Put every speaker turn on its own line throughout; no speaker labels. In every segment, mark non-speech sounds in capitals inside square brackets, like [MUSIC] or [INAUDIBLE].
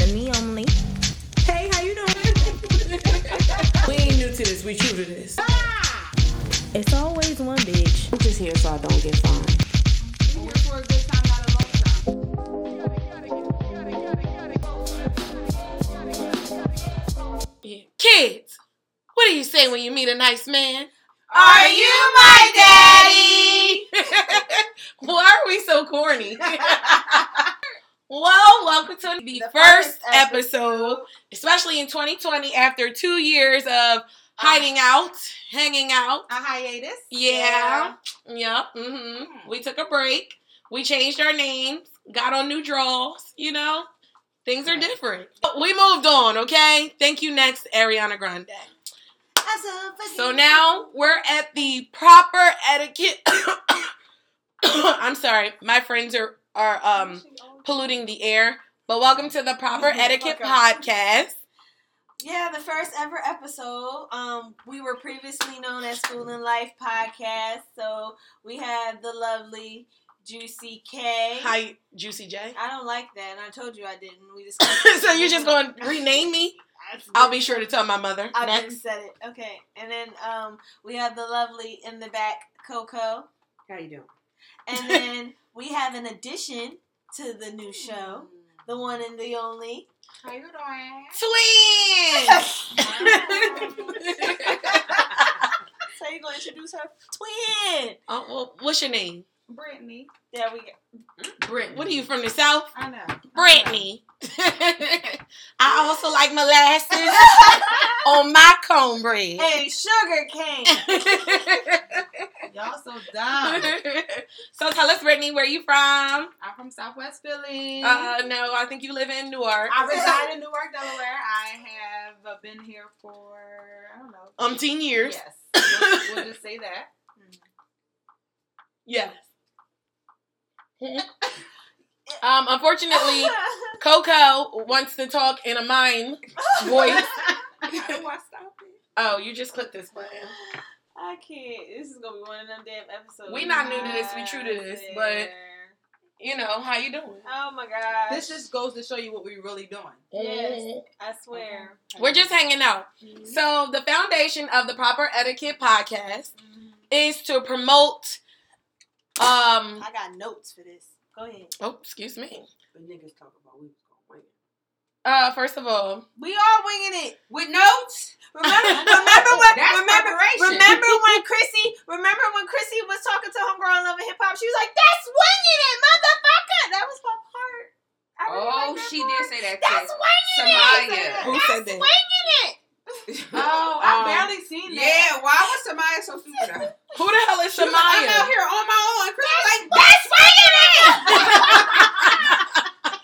Hey. Hey, how you doing?
[LAUGHS] We ain't new to this. We true to this.
It's always one bitch.
I'm just here so I don't get fined.
Yeah. Kids, what do you say when you meet a nice man?
Are you my
[LAUGHS]
daddy?
Why are we so corny? [LAUGHS] well, welcome to the, first
first
episode, especially in 2020 after two years of hiding out, hanging out.
A hiatus?
Yeah. Yep. Mm-hmm. We took a break. We changed our names, got on new draws, you know? Things are different. We moved on, okay? Thank you, next Ariana Grande. So now we're at the proper etiquette. [COUGHS] I'm sorry, my friends are are um polluting the air. But welcome to the proper
Mhm,
etiquette
okay.
podcast.
Yeah, the first ever episode. Um, we were previously known as School and Life Podcast. So we had the lovely Juicy K.
Hi, Juicy J. [LAUGHS]
I don't like that, and I told you I didn't. We just
so you're just going to rename me? I'll be sure to tell my mother
I didn't
next.
said it. Okay, and then um, we have the lovely in the back Coco,
How you doing?
and then we have an addition to the new show, the one and the only.
How you
[LAUGHS]
doing?
Twins.
So you gonna introduce her twin?
oh, well, what's your name?
Brittany.
There we go.
Britt. What are you from the south?
I know.
Brittany. [LAUGHS] I also like molasses on my cornbread.
Hey, sugar cane.
Y'all so dumb.
[LAUGHS]
[LAUGHS]
so tell us, Brittany, where you from?
I'm from Southwest Philly.
Uh-huh.
Uh, no, I think you live in Newark.
I reside in Newark, Delaware. I have uh, been here for I don't know.
Umpteen years.
Yes. We'll, we'll just say
[LAUGHS]
that.
Yes. [LAUGHS] um, unfortunately, Coco wants to talk in a mime
[LAUGHS]
voice.
How do I stop it?
Oh, you just clicked this button.
I can't. This is gonna be one of them damn episodes.
We not new to this, we true to this, but- You know how you doing?
Oh my god.
This just goes to show you what we're really doing.
Yes. I swear.
We're just hanging out.
Mm-hmm.
So the foundation of the proper etiquette podcast
Mm-hmm.
is to promote. Um.
I got notes for this. Go ahead.
Oh, excuse me.
The niggas talk about we was going
Uh, first of all,
We are winging it.
with notes.
Remember,
[LAUGHS]
remember when?
That's
remember,
preparation.
remember when Chrissy? Remember when Chrissy was talking to homegirl on Love and Hip Hop? She was like, "That's winging it, motherfucker." That was my part. I really
Oh,
like that
she
part.
did say that
That's
too.
winging
Samaya. Oh,
it.
who
That's
said that?
winging it.
Oh, I
Um,
barely seen that.
Yeah, why was Samaya so stupid?
Who the hell is
She was like, I'm out
Shamaya?
here on my own. Chris was like,
That's winging it.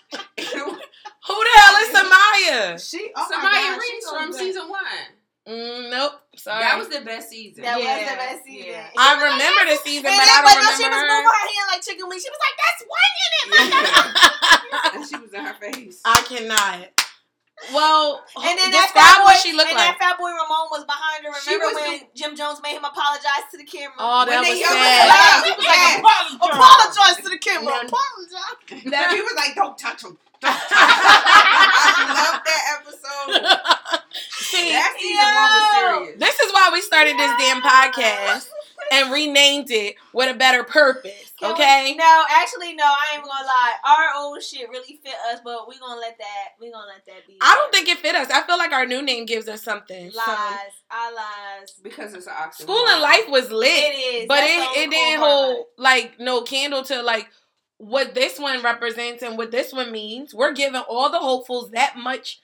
[LAUGHS] Who the hell is Samaya?
[LAUGHS] She oh my
Samaya
God, she
Reese
goes
from
back. [LAUGHS]
season one.
Mm, nope. Sorry.
That was the best season.
That was the
Yeah,
best season.
yeah.
I remember the season,
And
but
then,
I
but no, she
don't
was
remember.
moving her hand like chicken wings. She was like, "That's winging it."
[LAUGHS] her.
and she was in her face.
I cannot. Well,
And then that
describe
fat
Oh,
boy,
what she looked
and
like.
that fat boy Ramon was behind her.
She
Remember
was
when Jim Jones made him apologize to the camera?
Oh, that
when
was
they yelled
sad.
at her, she was like,
apologize to the
No.
camera. Apologize.
that, he was like, don't touch him. Don't touch him. I love that episode.
[LAUGHS] See,
That season one was serious.
this is why we started this damn podcast and renamed it with a better purpose.
Can we-
Okay.
no, actually, no. I ain't gonna lie. Our old shit really fit us, but we gonna let that. We gonna let that be.
I don't think it fit us. I feel like our new name gives us something. So,
lies. Our lies.
because it's an oxymoron.
school and life was lit.
It is.
but
That's
it,
so
it didn't
cool, Barbara.
hold like no candle to like what this one represents and what this one means. We're giving all the hopefuls that much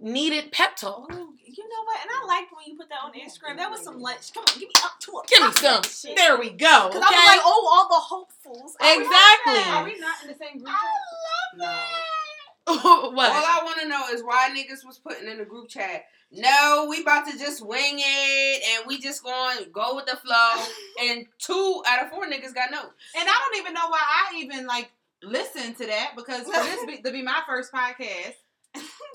needed pep talk.
Ooh, you know what? And I liked when you put that on Instagram. That was some lunch. Come on, give me up to a
Give me some. There we go.
Because I was
Okay.
like, oh, all the hopefuls. I was like,
Exactly.
Are we not in the same group?
I love
No. All
[LAUGHS] what?
I want to know is why niggas was putting in the group chat. No, we about to just wing it, and we just going to go with the flow. and two out of four niggas got no. [LAUGHS]
And I don't even know why I even like listened to that because for this be, to be my first podcast,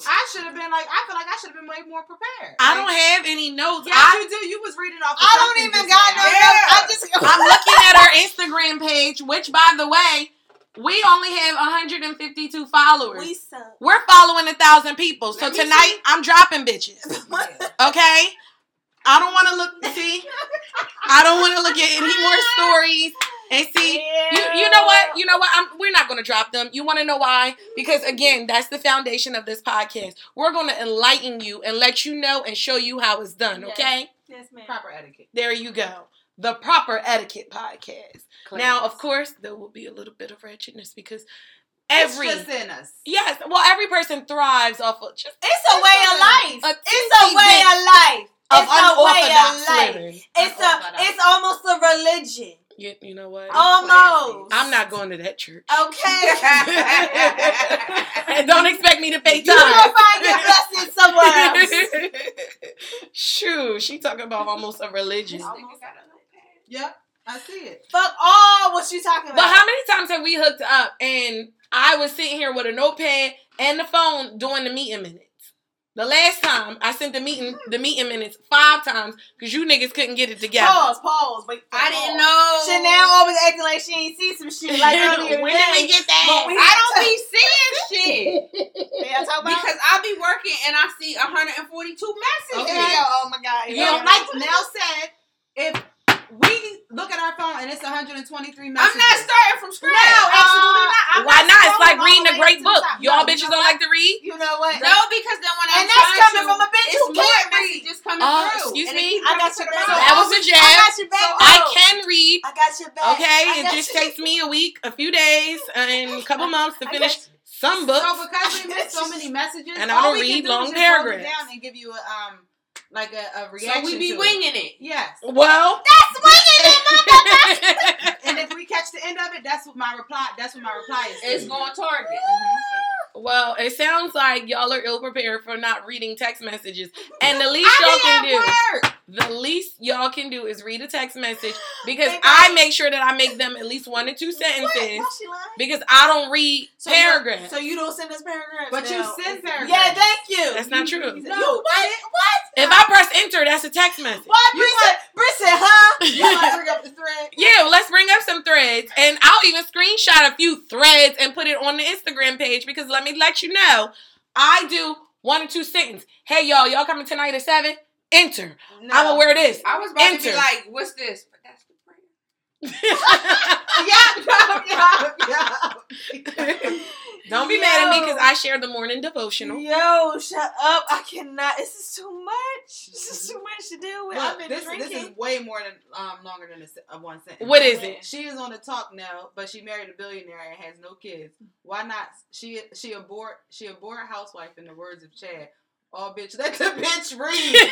I should have been like I feel like I should have been way more prepared.
I don't have any notes.
Yes,
I,
you do. You was reading off. Of
I don't
something
even
just
got no [LAUGHS]
now.
Yeah.
notes. I just.
I'm looking at our Instagram page, which by the way, We only have 152 followers.
We suck.
We're following a thousand people. So
Let me
tonight I'm dropping bitches. Okay? I don't wanna look see. I don't wanna look at any more stories and see. You, you know what? You know what? I'm, we're not going to drop them. You want to know why? Because again, that's the foundation of this podcast. We're going to enlighten you and let you know and show you how it's done.
Yes.
Okay?
Yes, ma'am.
Proper etiquette.
There you go. The proper etiquette podcast. Now, of course, there will be a little bit of wretchedness because every
It's just in us.
yes, well, every person thrives off of just
It's a way of life.
a
It's a
teensy
way
bit
of life.
of
It's a way
unorthodox
of life.
living.
It's a. It's almost a religion.
You, you know what?
Oh. Almost.
I'm not going to that
[LAUGHS]
church. [LAUGHS]
Okay.
[LAUGHS]
And Don't expect me to pay
You
time.
gonna find your blessing somewhere
[LAUGHS]
else.
Shoo, she talking about almost a religion.
[LAUGHS]
Yep, I see it.
Fuck all what you talking about.
But how many times have we hooked up and I was sitting here with a notepad and the phone doing the meeting minutes? The last time I sent the meeting the meeting minutes five times because you niggas couldn't get it together.
Pause. Pause. Wait.
I didn't know.
Chanel always acting like she ain't see some shit
[LAUGHS]
like earlier
when
today.
did we get that?
But we-
I don't be [LAUGHS] seeing shit
They are talking about.
because I be working and I see 142 messages.
Okay.
Yeah, oh my god.
You
You know,
don't
like Mel said, if we look at our phone and it's 123 messages.
I'm not starting from
No, absolutely
scratch.
not. I'm
Why not? It's like
scrolling all
reading a
the way
great
to the
book.
top.
Y'all
No,
bitches
you know
don't
what?
like to read.
You know what?
No, because then when I
And that's coming
to,
from a bitch
it's
who
more
can't read.
messages
Uh,
coming through.
excuse
and it
me?
keeps
I
coming
got
to
your
the
back.
bottom.
That was a
I
jab.
got your back.
I
though.
can read.
I got your back. I
Okay, it
got
just
your- [LAUGHS]
takes me a week, a few days, uh, and a couple months to
I
finish some books.
So because we miss
[LAUGHS]
so many messages,
And I
all
don't
we
read
can do
long
is just hold it
paragraphs.
down and give you a um like a, a reaction.
So we be
to it.
winging it.
Yes.
[LAUGHS] Well,
That's winging it,
[LAUGHS]
[LAUGHS] And if we catch the end of it, that's what my reply. That's what my reply is. to.
It's going target.
well, it sounds like y'all are ill prepared for not reading text messages. And the least y'all
I
can
be
do,
at work.
the least y'all can do is read a text message because
Wait,
I make sure that I make them at least one to two sentences
Why she lying?
because I don't read
So you-
paragraphs.
So you don't send us paragraphs.
But you
now.
send paragraphs.
Yeah, thank you.
That's not true.
No, you, what? What?
If I press enter, that's a text message.
Why Brit said, Brit said, huh?
You want to bring up the thread?
[LAUGHS] Yeah, well, let's bring up some threads, and I'll even screenshot a few threads and put it on the Instagram page because let me let you know, I do one or two sentences. Hey y'all, y'all coming tonight at seven? Enter. I'm gonna wear this. [LAUGHS]
I was about to
Enter.
be like, what's this? But that's the
[LAUGHS]
prayer.
Don't be mad at me
Yo.
because I share the morning devotional.
Yo, shut up. I cannot. This is too much. This is too much to deal with. I've
Look,
been
this,
drinking.
this is
[LAUGHS]
way more than um longer than a, se- uh, one sentence.
What is it?
She is on the talk now, but she married a billionaire and has no kids. Why not? She she a bored she a bored housewife in the words of Chad. Oh bitch, let the bitch [LAUGHS] read.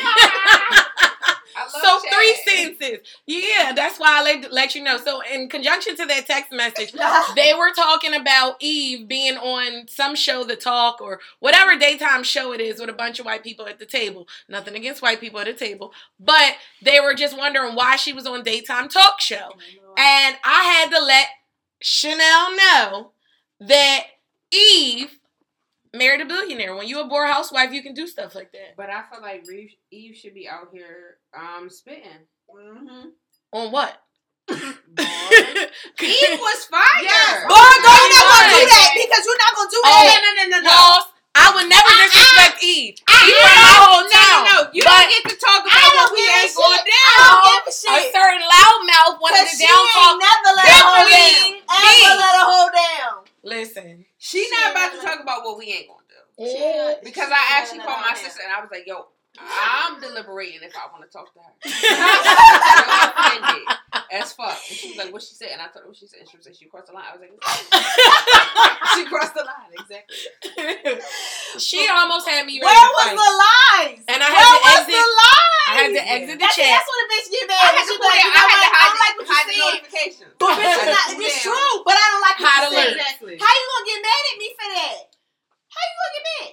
I love
so
Chad.
three sentences. Yeah, that's why I let, let you know. So in conjunction to that text message, they were talking about Eve being on some show, The Talk, or whatever daytime show it is with a bunch of white people at the table. Nothing against white people at the table, but they were just wondering why she was on daytime talk show.
Oh,
And I had to let Chanel know that Eve married a billionaire. When you a bored housewife, you can do stuff like that.
But I feel like Reeve- Eve should be out here um spitting.
Mhm.
On what? [LAUGHS]
Eve was fire.
Yes.
Boy, girl, you're not gonna do
Yes.
that because you're not gonna do
Oh,
that.
no, no, no, no, no.
Walls, I would never disrespect Eve. You run my whole town.
No, no, no. You
But-
don't get to talk
I
about
don't
what we
give a
ain't going
shit.
down.
I don't give
A
a shit.
certain loudmouth wanted
Cause
to
she ain't
down talk.
never let her hold down.
Queen
Ever
B.
let her hold down.
Listen.
She not about to talk about what we ain't going to do. Because I actually called my sister and I was like, yo, I'm deliberating if I want to talk to her. I'm offended as fuck. And she was like, what she said? And I told her what she said. And she was like, she crossed the line. I was like,
she crossed the line exactly.
she almost had me
Where
ready to
was the
fight.
lies?
And I
Where was
had to
the
exit.
lies?
I had to exit the
That's,
chat.
that's what a bitch get mad.
I
She
had to
be
pull
like,
it.
you know
I
what? I don't
had to
like
hide
what
the,
you
hide the
said.
notifications.
But
[LAUGHS]
bitch, it's, not, it's true. But I don't like what
Hot
you said.
alert.
[LAUGHS] Exactly.
How you gonna get mad at me for that? How you gonna get mad?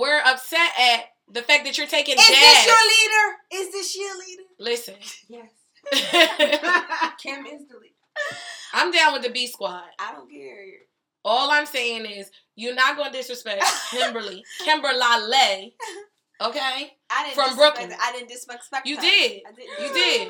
We're upset at the fact that you're taking
Is this
jabs.
your leader? Is this your leader?
Listen.
Yes.
I
Kim is the leader.
[LAUGHS] I'm down with the B squad.
I don't care.
All I'm saying is you're not gonna
[LAUGHS]
disrespect Kimberly, Kimberlale. Okay?
I didn't
From
disrespect-
Brooklyn.
I didn't disrespect.
You
her.
did.
I didn't.
You did.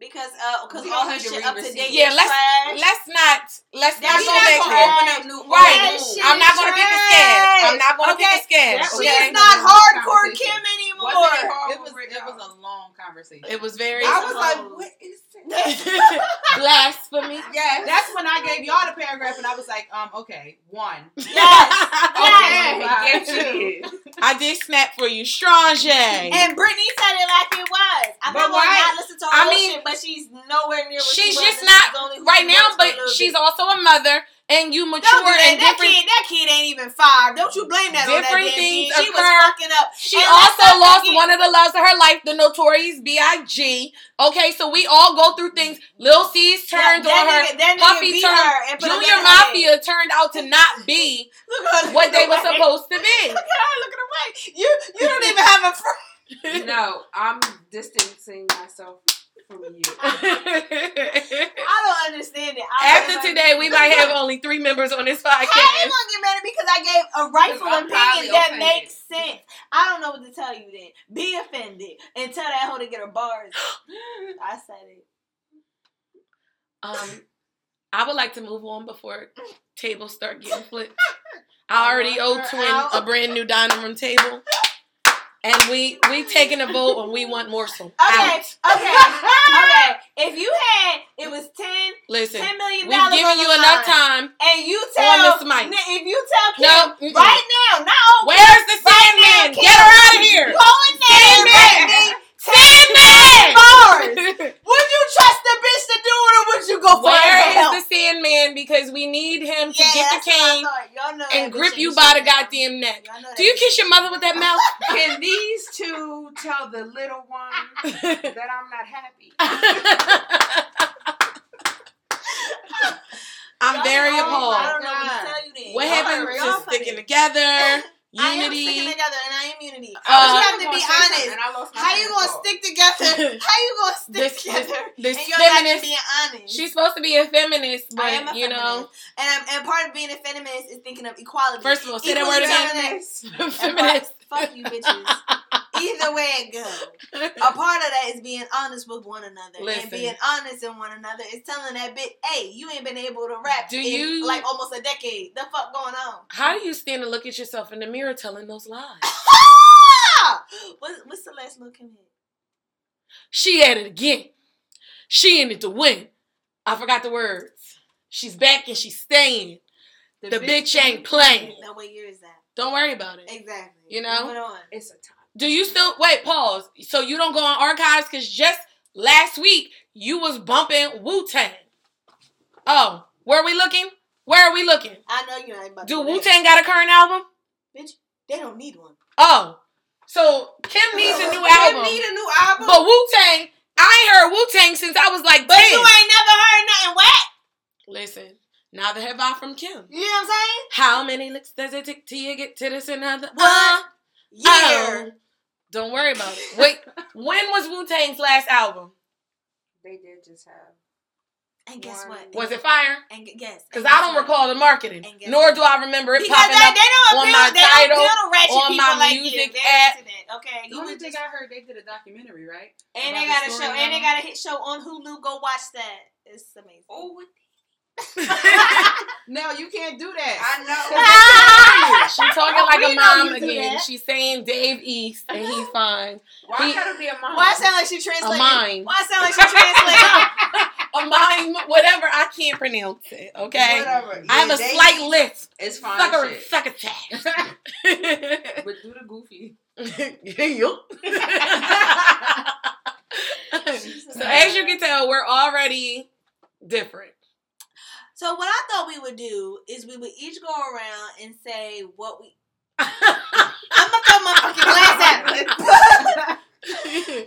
because uh, cause
We
all
don't
her
need to
shit
read
up to date.
receipts.
Yeah,
is
let's-
trash.
Let's not. Let's not
That's
go
not
back
gonna
there.
happen.
open up new
Right.
That shit
I'm not gonna pick a scab. I'm
trash.
not gonna pick a scab.
She
That was
Okay.
is
a
not
long
hardcore
conversation.
Kim
Wasn't
anymore.
hard
It was
over it,
it
y'all.
was a long conversation.
It was very
I was
a
like,
long-
what is it?
[LAUGHS] blasphemy. [LAUGHS]
Yes. That's when I gave y'all the paragraph and I was like, um, okay,
[LAUGHS]
one.
yes.
Okay,
Yeah,
bye.
you did.
I did snap for you, Strange.
And Brittany said it like it was. I'm
But
not gonna
why-
not listen to her
I
whole
mean,
shit, but she's nowhere near. What she
she's
was,
just
and she's
not
only who
right
she
now,
was for a
but
little
she's
bit.
also a mother, and you mature
Don't do that.
and
That
different.
kid, that kid ain't even five. Don't you blame that on that
Different
damn
things
kid. She was
occur.
fucking up.
She
And let's
also
not
lost
forget-
one of the loves of her life, the notorious B.I.G. Okay, so we all go through things. Lil C's turned on
that,
her.
Nigga, that nigga
Puffy
beat
turned-
her and put a gun
Junior
in her head. [LAUGHS]
Mafia turned out to not be
Look at her
what they
looking [LAUGHS]
were
away.
supposed to be.
Look at her
[LAUGHS]
looking away. You you don't even have a friend.
No, I'm distancing myself from you.
[LAUGHS]
I don't understand it. I don't
After
even
today, we might have only three members on this podcast.
I'm gonna get mad at me because I gave a rightful
I'm
opinion
highly
that
offended.
makes sense. I don't know what to tell you then. Be offended and tell that hoe to get
[GASPS]
her bars. I said it.
Um, I would like to move on before tables start
[LAUGHS]
getting flipped. I already owe Twin a brand new dining room table, and we we taking a vote and we want morsel
Okay,
out. [LAUGHS]
okay, okay. If you had it was ten,
Listen,
ten million
we've
dollars. on
given you
the
enough
line,
time.
And you tell
Miss Mike.
if you tell Kim
No, mm-mm.
right now, not only
Where's the
Right now,
Sandman?
Kim.
Get her out of here!
go in there and
Sandman.
make me
Sandman!
bars.
[LAUGHS]
Would you trust the bitch to do it, or would you go for
Where
her
is
help?
the Sandman? Because we need him to
Yeah,
get
that's
the
what I
cane
thought. Y'all know that
and
bitch
grip
ain't
you
shit
by the
now.
goddamn neck.
Y'all know that
Do you
bitch
kiss your
ain't
mother
shit
with
now.
that mouth?
[LAUGHS]
Can these two tell the little one that I'm not happy?
[LAUGHS] I'm very
Y'all know, I
appalled.
don't know what
God.
to tell you then.
What
Y'all
happened
are- y'all
to
fucking-
sticking together,
I am sticking
unity?
together and I am unity.
Uh,
but you have to
I'm
be
gonna say something,
honest.
and I lost my
How you
train
gonna
of thought.
[LAUGHS]
stick together? How you gonna stick
This, this,
together?
[LAUGHS] this
and you're not
feminist.
being honest.
She's supposed to be a feminist,
I am
but
a
you know,
feminist. and I'm, and part of being a feminist is thinking of equality.
first of all, say that
Equally
word again.
feminist.
[LAUGHS]
And [LAUGHS]
Feminist.
Part, fuck you, bitches.
[LAUGHS]
Either way it goes. A part of that is being honest with one another.
Listen.
And being honest in one another is telling that bitch, hey, you ain't been able to rap
Do
in
you-
like almost a decade. The fuck going on?
[LAUGHS] How do you stand and look at yourself in the mirror telling those lies?
Ah! What's, what's the last little Kim hit?
She at it again. She in it to win. I forgot the words. She's back and she's staying. The, bitch, ain't playing.
Now what year is that?
Don't worry about it.
Exactly.
You know?
Moving on.
It's a time.
Do you still wait? Pause. So you don't go on archives because just last week you was bumping Wu Tang. Oh, where are we looking? Where are we looking?
I know you're not about
Do
to
Wu
that.
Tang got a current album?
Bitch, they don't need one.
Oh, so Kim needs a new album.
Need a new album.
but Wu Tang, I ain't heard Wu Tang since I was like
But
ten.
you ain't never heard nothing whack.
Listen, neither have I from Kim.
You know what I'm saying?
How many licks does it take till you get to this another?
What?
Oh.
Yeah.
Don't worry about it.
[LAUGHS]
Wait, when was Wu Tang's last album?
They did just have.
And guess what?
Was it Fire?
And gu- yes.
Because
and
I
guess
don't
what?
recall the marketing,
And guess
nor
what?
do I remember it
Because
popping
they,
up.
they
on
don't appeal,
my
they don't
title,
appeal to ratchet
on
people
my
like
music app.
you. They don't do that, okay?
The
You
only
would
thing
just-
I heard they did a documentary, right?
and
about
they
the
got a show,
story
and they
now.
got a hit show on Hulu. Go watch that. It's amazing.
Oh,
[LAUGHS]
what-
[LAUGHS]
No, you can't do that. [LAUGHS]
I know.
Ah!
She
[LAUGHS]
talking like
We
a
know
mom
you do
again.
that.
She's saying Dave East, and
[LAUGHS]
he's fine.
Why
He-
gotta be a mom?
Why it sound like she translated?
mime.
Why it sound like she
[LAUGHS]
translated?
A mime, whatever. I can't pronounce it. Okay,
Whatever.
I have
Yeah,
a
they-
slight lisp.
It's fine.
Sucker and
shit.
sucker
[LAUGHS]
tack.
But do the goofy.
[LAUGHS]
[LAUGHS] Yup. [LAUGHS] so as you can tell, we're already different.
so what I thought we would do is we would each go around and say what we. I'm gonna throw my fucking glass at her. [LAUGHS] As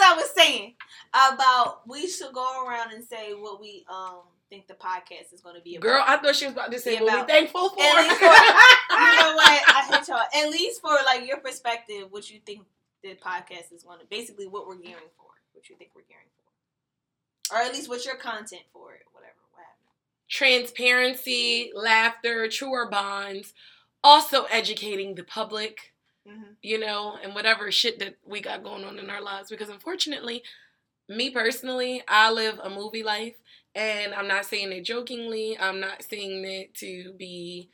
I was saying about, we should go around and say what we um think the podcast is going to be about.
[LAUGHS] Girl, I thought she was about to say,
Be
"What we
about-
thankful for."
At least for, you
[LAUGHS]
know what? I hate y'all. At least for like your perspective, what you think the podcast is going to basically what we're gearing for, what you think we're gearing for, or at least what's your content for it, whatever. What have you.
transparency, laughter, truer bonds, also educating the public,
Mhm.
Mm-hmm.
you know, and whatever shit that we got going on in our lives. Because unfortunately, me personally, I live a movie life, and I'm not saying it jokingly. I'm not saying it to be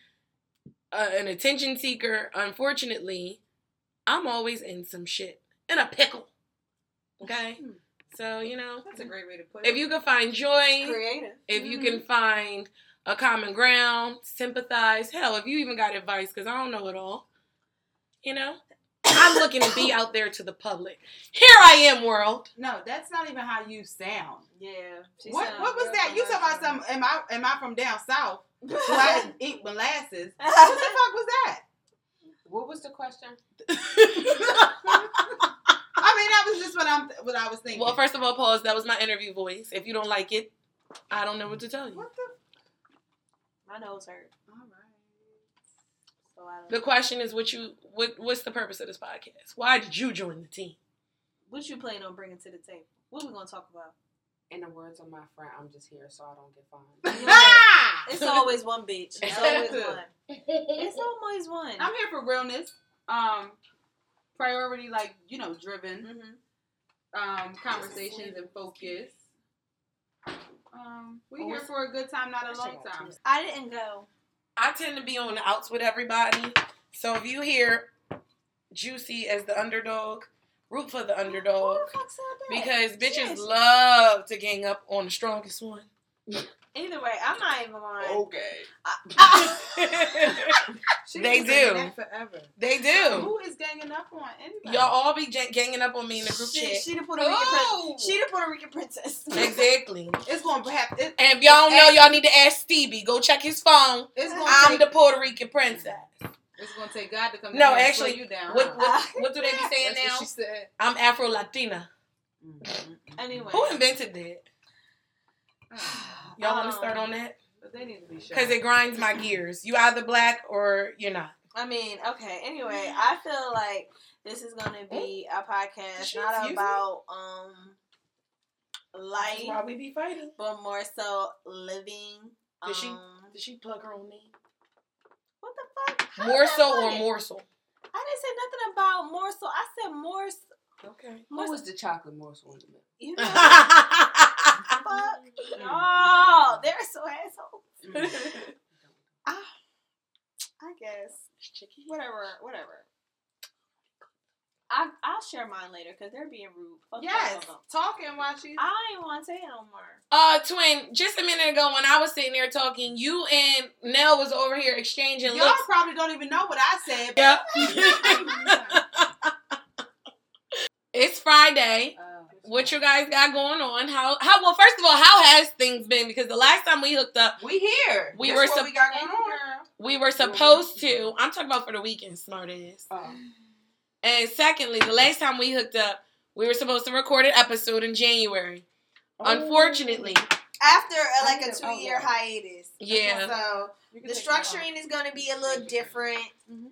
uh, an attention seeker. Unfortunately, I'm always in some shit, in a pickle. Okay, so you know,
That's a great way to put it.
if you can find joy,
Creative.
if you can find a common ground, sympathize. Hell, if you even got advice, because I don't know it all. You know, I'm looking to [COUGHS] be out there to the public. Here I am, world.
no, that's not even how you sound.
Yeah. she
what
sound
What
[LAUGHS]
was
real
that? You talking about
commercial.
some? Am I Am I from down south? Do
[LAUGHS]
I eat molasses? What the fuck was that?
What was the question?
I mean, that was just what I'm what I was thinking.
Well, first of all, pause. That was my interview voice. If you don't like it, I don't know what to tell you.
what the?
My nose hurt.
All right.
So I don't
The question is, what you what what's the purpose of this podcast? Why did you join the team?
What you plan on bringing to the table? What we gonna talk about?
In the words of my friend, I'm just here so I don't get fined.
Ah.
It's always one bitch. It's
[LAUGHS]
always one. It's always one.
I'm here for realness. Um, priority, like you know, driven
Mm-hmm.
um conversations and focus. Um,
Oh,
we here for a good time, not a long time.
I didn't go.
I tend to be on the outs with everybody. So if you hear Juicy as the underdog, root for the
Who
underdog
the fuck said that?
because bitches
Yes.
love to gang up on the strongest one. [LAUGHS]
either way, I'm not even lying.
Okay.
She
They
been saying
do.
that forever.
they do.
Who is ganging up on anybody?
Y'all all be gang- ganging up on me in the group
She,
chat.
she the Puerto Rican princess.
Oh!
She the Puerto Rican princess.
[LAUGHS]
[LAUGHS]
Exactly.
It's going to have it,
And if y'all don't know, y'all need to ask Stevie. Go check his phone.
it's going to
I'm
take,
the Puerto Rican princess.
it's going to take God to come.
No,
down here and
actually,
slow you down.
What
huh?
what, what do they be saying now?
That's what she said.
I'm Afro Latina.
[SIGHS]
anyway,
Who invented that? Y'all want
Um,
to start on that?
But they need to be sure.
Because it grinds my gears. You either black or you're not.
I mean, okay. Anyway, I feel like this is gonna be a podcast
She's
not
using-
about um
That's why
life,
we be fighting.
but more so living. Um,
Did she- Did she plug her own name?
What the fuck? How
More
did I
so
put
or
it?
morsel?
I didn't say nothing about more so. I said more. s-
Okay. [LAUGHS]
What was the chocolate morsel in the middle?
You know what the
I
fuck?
Mm.
No, they're so assholes. I guess. Whatever, whatever. I I'll share mine later because they're being rude. Fuck
yes,
all of them.
talking while she's.
I don't even want to say it no more.
Uh, twin, just a minute ago when I was sitting there talking, you and Nell was over here exchanging
Y'all
looks.
probably don't even know what I said. But
Yep. [LAUGHS] it's Friday. What you guys got going on? How how well first of all, how has things been? Because the last time we hooked up,
We here.
We
That's
were
what
sup-
we got going
Thank you,
on.
girl.
we were supposed to. I'm talking about for the weekend, smart ass.
Oh.
And secondly, the last time we hooked up, we were supposed to record an episode in January. Unfortunately,
After uh, like a
After- oh,
two year
yeah.
hiatus.
yeah.
So
You can
the
take that off.
structuring is going to be a little different.
Mhm.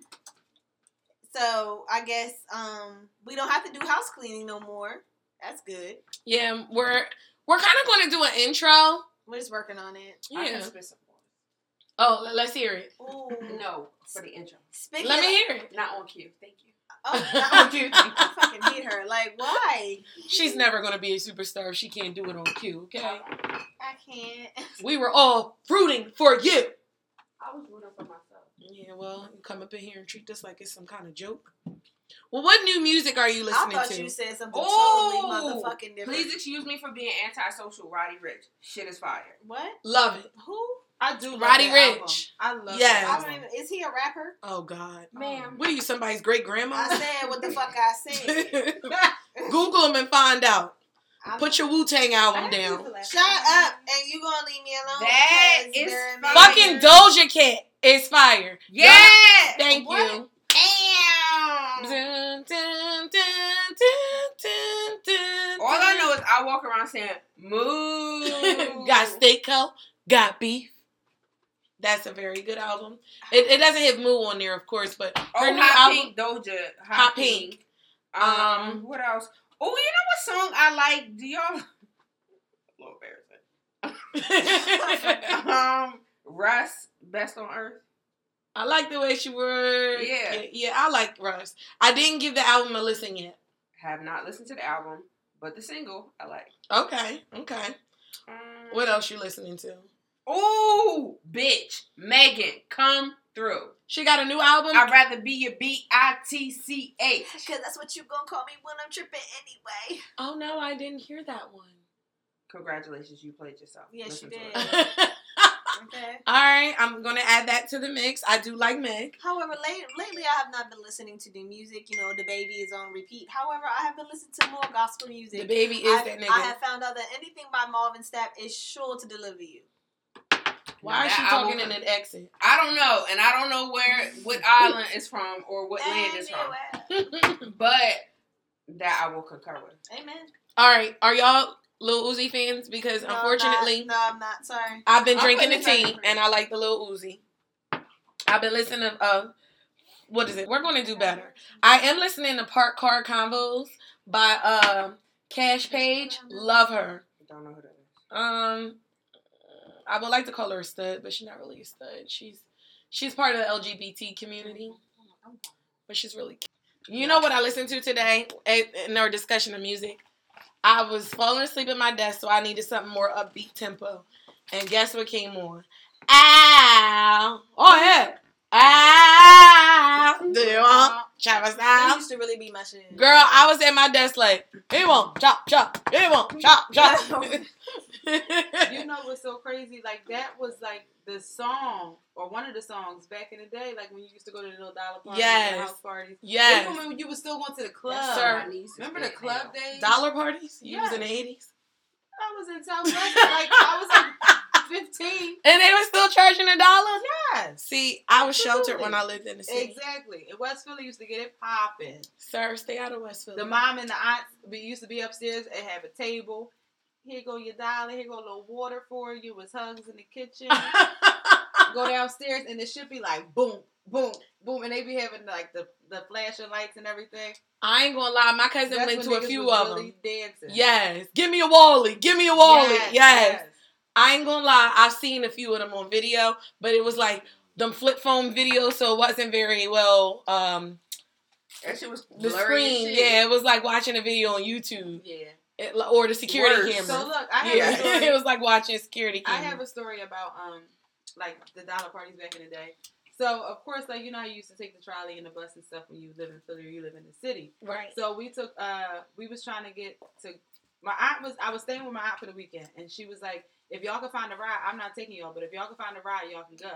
So I guess um we don't have to do house cleaning no more. That's good.
Yeah, we're we're kind of going to do an intro.
We're just working on it.
I can
Yeah.
spit some more.
Oh, let- let's hear it.
Ooh.
No, for the intro.
Speaking
Let me
of-
hear it.
Not on cue. Thank you.
[LAUGHS]
Oh, I, I fucking hate her. Like, why?
She's never going to be a superstar if she can't do it on cue, okay?
I can't.
We were all rooting for you.
I was rooting for myself.
Yeah, well, you come up in here and treat this like it's some kind of joke. Well, what new music are you
I
listening
thought
to?
you said something
Ooh.
totally motherfucking different.
Please excuse me for being antisocial, Roddy Rich. Shit is fire.
What?
Love it.
Who?
I do. love
Roddy
that
Rich.
Album. I love.
Yes.
that
I
album.
don't even, is he a rapper?
Oh God,
Ma'am.
What are you, somebody's great
[LAUGHS]
grandma?
I
[LAUGHS]
said what the fuck I [LAUGHS] said.
Google him and find out.
I'm-
Put your Wu Tang album down.
Shut up, and you gonna leave me alone?
That
because
is
they're
fire.
Fucking
amazing.
Doja Cat is fire.
Yeah.
Thank
What?
you.
Damn.
Dun, dun, dun, dun, dun, dun,
All I know is I walk around saying, move. [LAUGHS]
[LAUGHS] got Steakco, got Beef. That's a very good album. It, it doesn't have Moo on there, of course, but
Oh,
her new
Hot
album.
Pink Doja. Hot,
Hot
Pink.
Pink.
Um,
Um,
what else? Oh, you know what song I like? Do y'all? [LAUGHS] A little embarrassing. [LAUGHS] um, Russ, Best on Earth.
[LAUGHS] I like the way she works.
Yeah.
yeah, yeah, I like Russ. I didn't give the album a listen yet.
Have not listened to the album. But the single, I like. Um,
Okay, okay. What else you listening to?
Ooh, bitch, Megan, come through.
She got a new album.
I'd rather be your B I T C H.
Because that's what you gonna call me when I'm tripping anyway.
oh no, I didn't hear that one.
Congratulations, you played yourself.
Yes, you
Listen to
did.
it.
Okay.
All right, I'm gonna add that to the mix. I do like Meg.
[LAUGHS] However, late, lately I have not been listening to new music. You know, the baby is on repeat. However, I have been listening to more gospel
The
music.
baby is
I,
that
I
nigga.
have found out that anything by Marvin Stapp is sure to deliver you.
Why is she
That album-
talking in an accent?
I don't know, and I don't
[LAUGHS]
know where what island is from or what land is from.
Anyway.
But that I will concur with.
Amen.
All right, are y'all Lil Uzi fans? Because
No, I'm not.
unfortunately,
no, I'm not. Sorry.
I've been
I'm
drinking the
putting it back
tea,
in the
and I like the Lil Uzi. I've been listening to uh, what is it? We're going to do better. I am listening to Park Car Convos by uh, Cash Page. Love her.
Don't know who that is.
Um, I would like to call her a stud, but she's not really a stud. She's she's part of the LGBT community, but she's really. Cute. You know what I listened to today eh, in our discussion of music? I was falling asleep at my desk, so I needed something more upbeat tempo. And guess what came on? Ow! Oh yeah! Ow! Do you want Travis
That
Ow?
used to really be my shit.
Girl, I was at my desk like, it won't chop chop, it won't [LAUGHS] chop chop.
you know what's so crazy? Like that was like the song or one of the songs back in the day, like when you used to go to the little dollar parties,
Yes.
and house parties.
Yes.
Even when you was still going to the club.
Yes, sir.
Remember the club days?
Dollar parties? You was
Yes.
in the eighties?
I was in South London. Like I was
[LAUGHS]
like fifteen.
And they were still charging a dollar?
Yes.
See, I was sheltered
Absolutely.
when I lived in the city.
Exactly. And West Philly used to get it popping.
Sir, stay out of Westfield. [LAUGHS]
The mom and the aunt be, used to be upstairs and have a table. Here go your dollar. Here go a little water for you. With hugs in the
[LAUGHS]
kitchen. go downstairs and it should be like boom, boom, boom, and they be having like the the flashing lights and everything.
I ain't gonna lie, my cousin
That's
went
when
to a
niggas
few
was
of
really
them.
Dancing.
Yes. Give me a Wally. Give me a Wally. Yes. I ain't gonna lie, I've seen a few of them on video, but it was like them flip phone videos, so it wasn't very well um
That shit was
the
blurry.
screen. Yeah, it was like watching a video on YouTube.
yes.
It- or the security
Worse.
camera.
So look, I have
yeah, [LAUGHS]
a story.
it was like watching security
I
camera.
have a story about um like the dollar parties back in the day. So of course, like you know, how you used to take the trolley and the bus and stuff when you live in Philly or you live in the city.
right.
So we took uh we was trying to get to my aunt was I was staying with my aunt for the weekend and she was like, if y'all can find a ride, I'm not taking y'all, but if y'all can find a ride, y'all can go.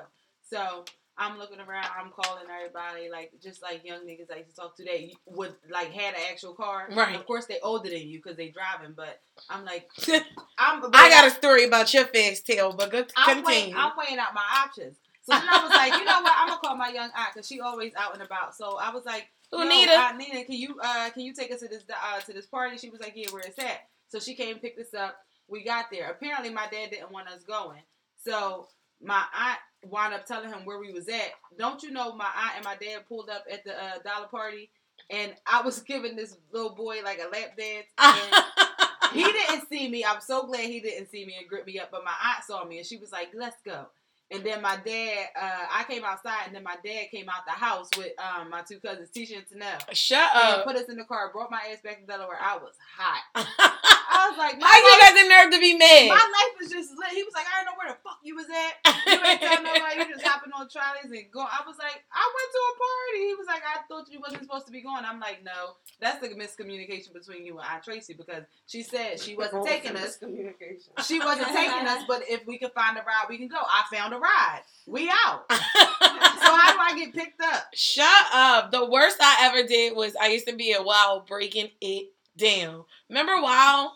So I'm looking around, I'm calling everybody, like just like young niggas I used to talk to that would like had an actual car.
Right.
Of course they older than you because they driving, but I'm like [LAUGHS] I'm
I got a story about your fast tail, but good,
I'm weighing,
continue.
I'm weighing out my options. So then I was like, you know what? I'm gonna call my young aunt because she always out and about. So I was like,
Who
yo,
need it?
Aunt Nina, can you uh can you take us to this uh to this party? She was like, yeah, where it's at. So she came picked us up. We got there. Apparently, my dad didn't want us going. So my aunt wound up telling him where we was at. Don't you know my aunt and my dad pulled up at the uh, dollar party, and I was [LAUGHS] giving this little boy like a
[LAUGHS]
lap dance. And he didn't see me. I'm so glad he didn't see me and grip me up. But my aunt saw me and she was like, "Let's go." And then my dad, uh, I came outside, and then my dad came out the house with um, my two cousins, Tisha and Tanel,
Shut
and
up.
put us in the car. Brought my ass back to Delaware. I was hot.
[LAUGHS]
I was like,
How you
my,
got the nerve to be
life,
mad?
my life is just lit. He was like, I don't know where the fuck you was at. [LAUGHS] You ain't telling
[LAUGHS]
nobody. You just hopping on trolleys and go. I was like, I went to a party. He was like, I thought you wasn't supposed to be going. I'm like, no, that's the miscommunication between you and I Tracy because she said she wasn't taking us.
Communication.
She wasn't taking us, but if we could find a ride, we can go. I found a ride. We out. so how do I get picked up?
Shut up. The worst I ever did was I used to be a wow breaking it down. Remember wow?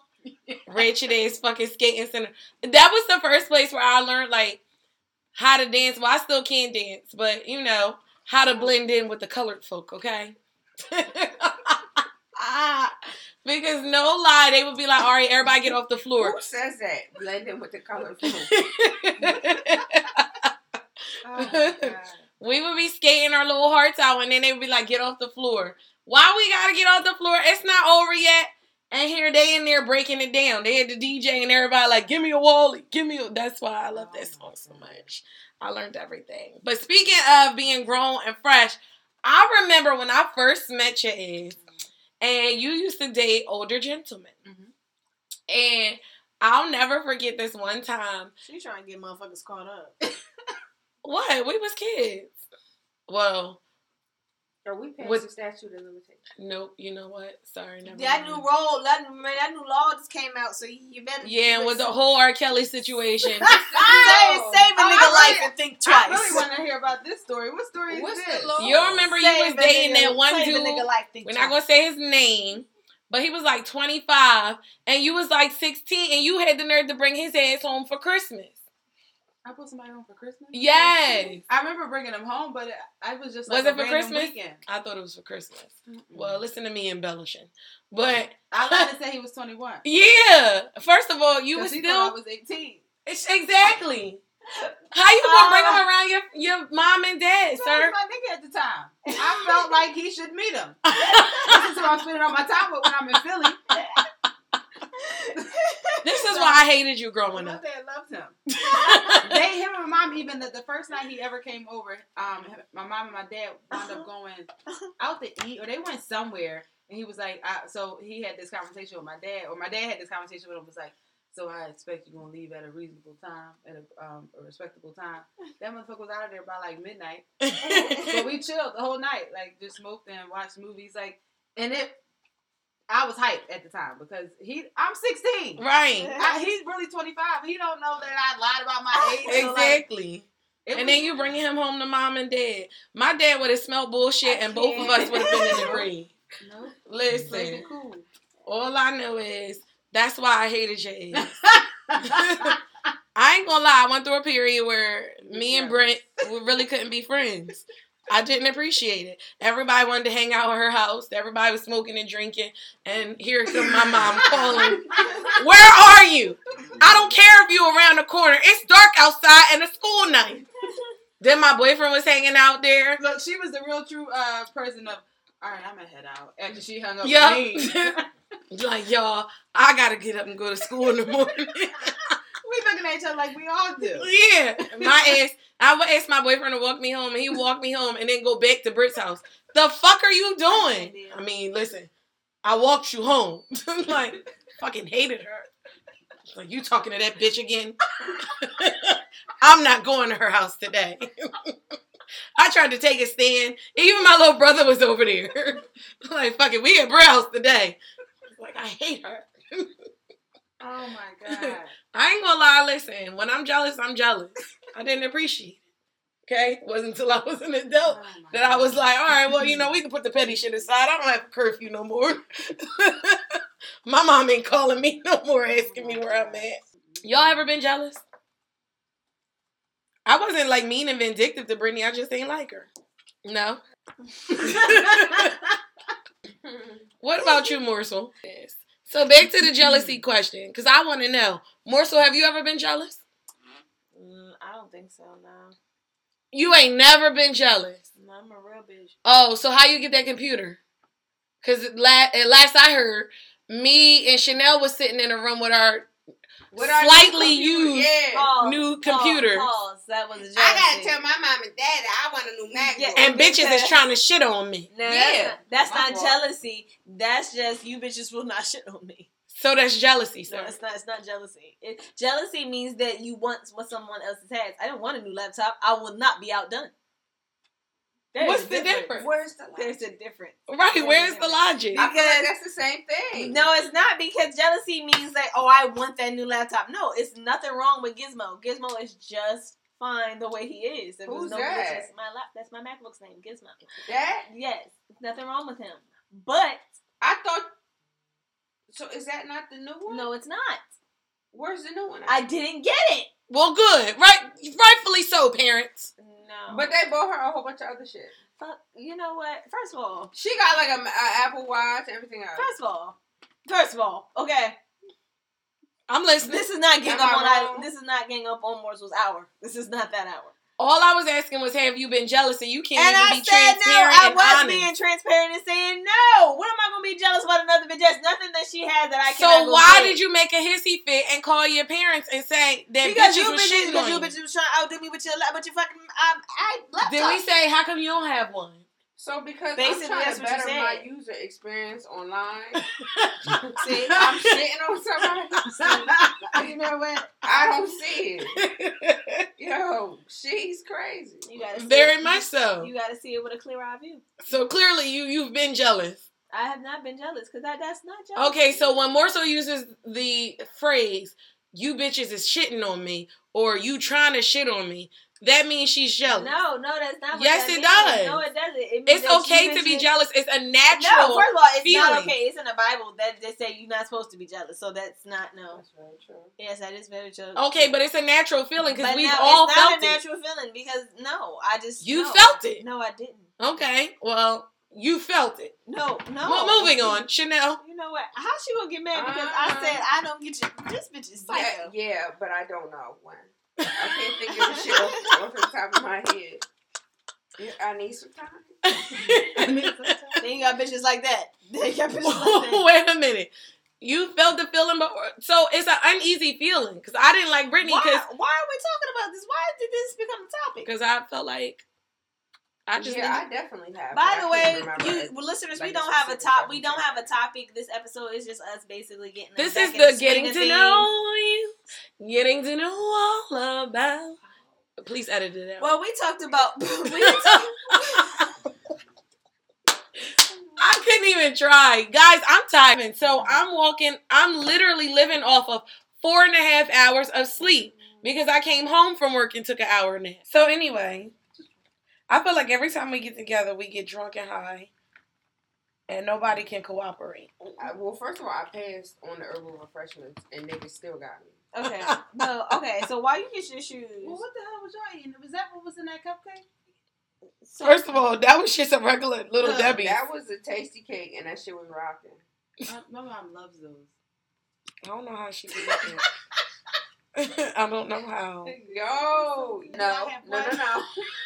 Ratchet ass fucking skating center. That was the first place where I learned like how to dance. Well, I still can dance, but you know, how to blend in with the colored folk, okay? [LAUGHS] because no lie, they would be like, all right, everybody get off the floor.
Who says that? Blending with the [LAUGHS] color.
[LAUGHS]
[LAUGHS]
Oh, God.
we would be skating our little hearts out, and then they would be like, "Get off the floor! Why we gotta get off the floor? It's not over yet." And here they in there breaking it down. They had the DJ and everybody like, "Give me a Wally, give me." a That's why I love that song
Oh,
so much. I learned everything. But speaking of being grown and fresh, I remember when I first met your ass, and you used to date older gentlemen.
Mm-hmm.
Mhm.
And I'll never forget this one time.
She trying to get motherfuckers caught up.
What? We was kids. Well,
Are we passed
With-
the statute of limitations?
nope. You know what? Sorry, never
that
mind.
new role, that, new- man, that new law just came out, so you better.
Yeah, and with the whole R. Kelly
[LAUGHS]
situation.
Save, save a
Oh,
nigga
I
life
really-
and think
I
twice.
really want to hear about this story. What story is
What's
this?
the law?
you remember you was
Save a
dating
nigga-
that one
save a
dude.
nigga life, think
We're not
twice.
gonna say his name, but he was like 25, and you was like 16, and you had the nerve to bring his ass home for Christmas.
I put somebody home for Christmas.
Yes,
I remember bringing them home, but I was just
Was
like
it
a
for
random
Christmas?
Weekend.
I thought it was for Christmas.
Mm-hmm.
Well, listen to me embellishing, but
I like to say he was twenty one.
yeah. First of all, you was
he thought I
still
was eighteen.
it's-
[LAUGHS]
exactly. How you gonna bring
Oh.
him around your your mom and dad,
So he [LAUGHS]
sir?
was my nigga at the time. I felt like he should meet him. this is who I'm spending all my time with when I'm in Philly.
This is why I hated you growing
My [LAUGHS]
up.
dad loved
[LAUGHS]
him. they, him and my mom, even the, the first night he ever came over, um, my mom and my dad wound
Uh-huh.
up going out to eat, or they went somewhere, and he was like, I, so he had this conversation with my dad, or my dad had this conversation with him, was like, so I expect you're gonna leave at a reasonable time, at a, um, a
[LAUGHS]
respectable time. That motherfucker was out of there by like midnight. but we chilled the whole night, like just smoked and watched movies, like, and it. I was hyped at the time because he, I'm 16.
[LAUGHS] right.
I, he's really 25. He don't know that I lied about
Oh,
my age. So like,
Exactly.
it
and
was-
then you bringing him home to mom and dad. My dad would have smelled bullshit, and both of us would have been in the green.
no,
Listen,
stayed cool.
all I know is that's why I hated your ass. [LAUGHS] I ain't gonna lie, I went through a period where me and Brent we really couldn't be friends. I didn't appreciate it. Everybody wanted to hang out at her house. Everybody was smoking and drinking. And here comes my mom calling. Where are you? I don't care if you around the corner. It's dark outside and a school night. Then my boyfriend was hanging out there.
Look, she was the real true uh, person of. All right, I'm gonna head out after she hung up
Yeah. [LAUGHS]
with me.
Like, y'all, I gotta get up and go to school in the morning.
we looking at each other like we all do.
yeah. My ass, I would ask my boyfriend to walk me home and he walked me home and then go back to Britt's house. The fuck are you doing? I mean, listen, I walked you home. [LAUGHS] like, fucking hated her. Like, you talking to that bitch again? [LAUGHS] I'm not going to her house today. [LAUGHS] I tried to take a stand. Even my little brother was over there. [LAUGHS] like, fuck it, we at Britt's house today. Like, I hate her.
Oh
[LAUGHS]
my god.
I ain't gonna lie, listen, when I'm jealous, I'm jealous. I didn't appreciate it. Okay? wasn't until I was an adult
my
that I was
God.
like, all right, well, you know, we can put the petty shit aside. I don't have a curfew no more. [LAUGHS] My mom ain't calling me no more, asking me where I'm at. Y'all ever been jealous? I wasn't like mean and vindictive to Brittany. I just ain't like her. No. what about you, Morsel? Yes. So back to the jealousy question, because I want to know, Morsel, have you ever been jealous?
Mm, I don't think so. No,
You ain't never been jealous.
no I'm a real bitch.
Oh, so how you get that computer? Cause it la- at last I heard, me and Chanel was sitting in a room with our
What are
Slightly
these computers?
used.
Yeah.
Pause,
new
pause,
computer.
Pause. That was a jealousy.
I gotta tell my mom and dad that I want a new MacBook.
Yeah.
and bitches is trying to shit on me.
No,
Yeah,
that's not, that's
my
not
fault.
jealousy. That's just you bitches will not [LAUGHS] shit on me.
So that's jealousy,
No,
sir.
it's not. It's not jealousy. It, jealousy means that you want what someone else has. I don't want a new laptop. I will not be outdone. There's
What's
a
the difference?
Where's the
There's a difference.
Right? Where's the logic?
I feel like that's the same thing.
No, it's not because jealousy means like, oh, I want that new laptop. No, it's nothing wrong with Gizmo. Gizmo is just fine the way he is. There was
Who's
no
that?
That's my lap. That's my MacBook's name, Gizmo.
That
Yes, nothing wrong with him. But
I thought. So is that not the new one?
no, it's not.
Where's the new one?
I didn't get it.
Well, good. Right? Rightfully so, parents.
No,
But they bought her a whole bunch of other shit.
Fuck, you know what? First of all,
She got like a, a Apple Watch, everything else.
first of all, first of all, okay.
I'm listening.
This is not getting
Am
up
I
on. I,
wrong?
this is not getting up on Morsel's hour. This is not that hour.
All I was asking was, have you been jealous? And you can't
and
even
I
be
said no.
transparent
I
and
was
honest.
being transparent and saying no. What am I going to be jealous about another bitch? That's nothing that she has that I can't.
so why did you make a hissy fit and call your parents and say that
Because
bitches
you
was
bitches,
shitting
because
on you?
you bitches was trying to outdo me with your, la- with your fucking um, I laptop.
Then we say, how come you don't have one?
So because
Basically,
I'm
that's
trying to
what you
better my
said.
user experience
[LAUGHS]
online,
See,
I'm shitting on somebody.
you know what?
I don't see it.
[LAUGHS]
Yo, she's crazy.
you gotta see
Very
it.
much so.
You gotta see it with a clear eye view.
So clearly, you you've been jealous.
I have not been jealous because that, that's not jealous.
Okay, so when Morso uses the phrase "you bitches is shitting on me" or "you trying to shit on me," that means she's jealous.
No, no, that's not. What
Yes,
that
it
means.
does.
No, it doesn't. It means
It's
that you
okay to
mentioned-
be jealous. It's a
No,
natural.
first of all, it's not
feeling.
okay. It's in the Bible that they say you're not supposed to be jealous, so that's not no.
That's very true.
Yes, that is very jealous.
Okay, but it's a natural feeling because
But
we've
no,
all
it's not
felt
a
it.
natural feeling because no, I just
You
no.
felt it.
No, I didn't.
Okay, well, you felt it.
No, no.
Well, moving on, Chanel.
You know what? How she gonna get mad because
Uh-uh.
I said I don't get you? This bitch is psycho.
Yeah, yeah, but I don't know when.
[LAUGHS]
[LAUGHS]
I can't think of the shit off, off the top of my head. Yeah, I need some time.
[LAUGHS] Then you got bitches like that. Then you got bitches like that.
[LAUGHS] Wait a minute. You felt the feeling, but so it's an uneasy feeling because I didn't like Britney
Why,
because
why are we talking about this? Why did this become a topic?
because I felt like I just
yeah,
didn't-
I definitely have.
By the
but I can't
way,
remember
you
it.
well, listeners, we
like
don't
a
have a
specific
top. We don't have
topic.
a topic this episode. It's just us basically getting.
this
back
is
in the
the getting
swing of
to
things.
know you, getting to know all about. Please edit it out.
Well, we talked about. [LAUGHS] we
[LAUGHS]
talked,
I couldn't even try. Guys, I'm tired. And So I'm walking, I'm literally living off of four and a half hours of sleep because I came home from work and took an hour nap. So anyway, I feel like every time we get together, we get drunk and high and nobody can cooperate.
I, well, first of all, I passed on the herbal refreshments, and niggas still got me.
okay. No. Okay. So why you get your shoes?
Well, what the hell was y'all eating? Was that what was in that cupcake?
[LAUGHS]
So-
First of all, that was just a regular little
Look,
Debbie.
That was a tasty cake, and that shit was rocking.
Uh, my mom loves those.
I don't know how she did that. [LAUGHS] I don't know how.
Yo, no, no, no, no.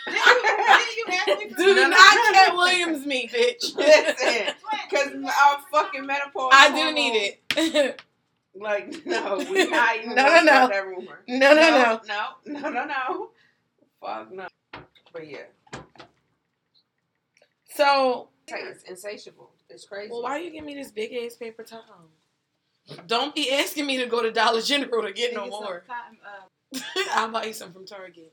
Didn't you, didn't you ask me for
Do
No,
not
no.
Cat Williams me, bitch.
[LAUGHS] [LAUGHS] Listen, because our fucking menopause.
I do
hormone-
need it.
Like, [LAUGHS] no,
[LAUGHS]
we not even
No, no,
gonna start
no.
that rumor.
No, no, no.
no, no, no, no, no. Fuck no. But yeah,
So
it's insatiable. It's crazy.
Well, why you give me this big ass paper towel? Don't be asking me to go to Dollar General to get no
Nigga, some
more.
cotton, uh,
[LAUGHS] I'll buy you some from Target,